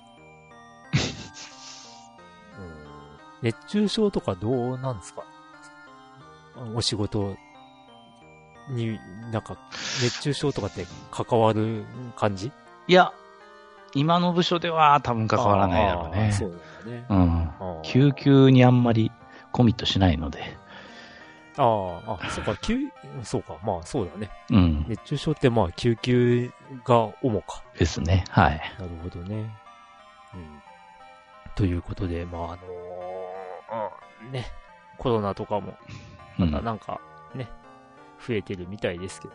うん熱中症とかどうなんですかお仕事に、なんか、熱中症とかって関わる感じ
いや、今の部署では多分関わらないだろう
あー
ね。
そうなんだね。
うん。
あー
救急にあんまりコミットしないので。
あーあ、そうか、救、そうか、まあそうだね。
うん。
熱中症ってまあ救急が主か。
ですね。はい。
なるほどね。うん。ということで、まあ、あのーうんね、コロナとかもまたなんかね、増えてるみたいですけど、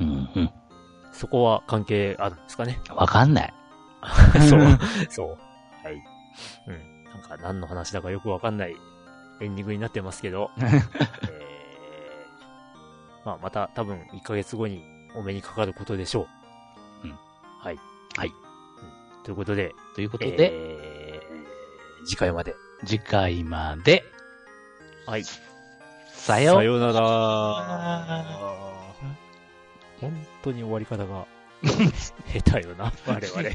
うんうん。
そこは関係あるんですか ね。
わかんない。
そう。そう。はい。うん。なんか何の話だかよくわかんないエンディングになってますけ ど、えー、まあまた多分1ヶ月後にお目にかかることでしょう。
うん。
はい。
はい
うん。ということで、
ということで、
えー次回まで。
次回まで、
はい。
さよう
さようなら。本当に終わり方が下手よな、我々。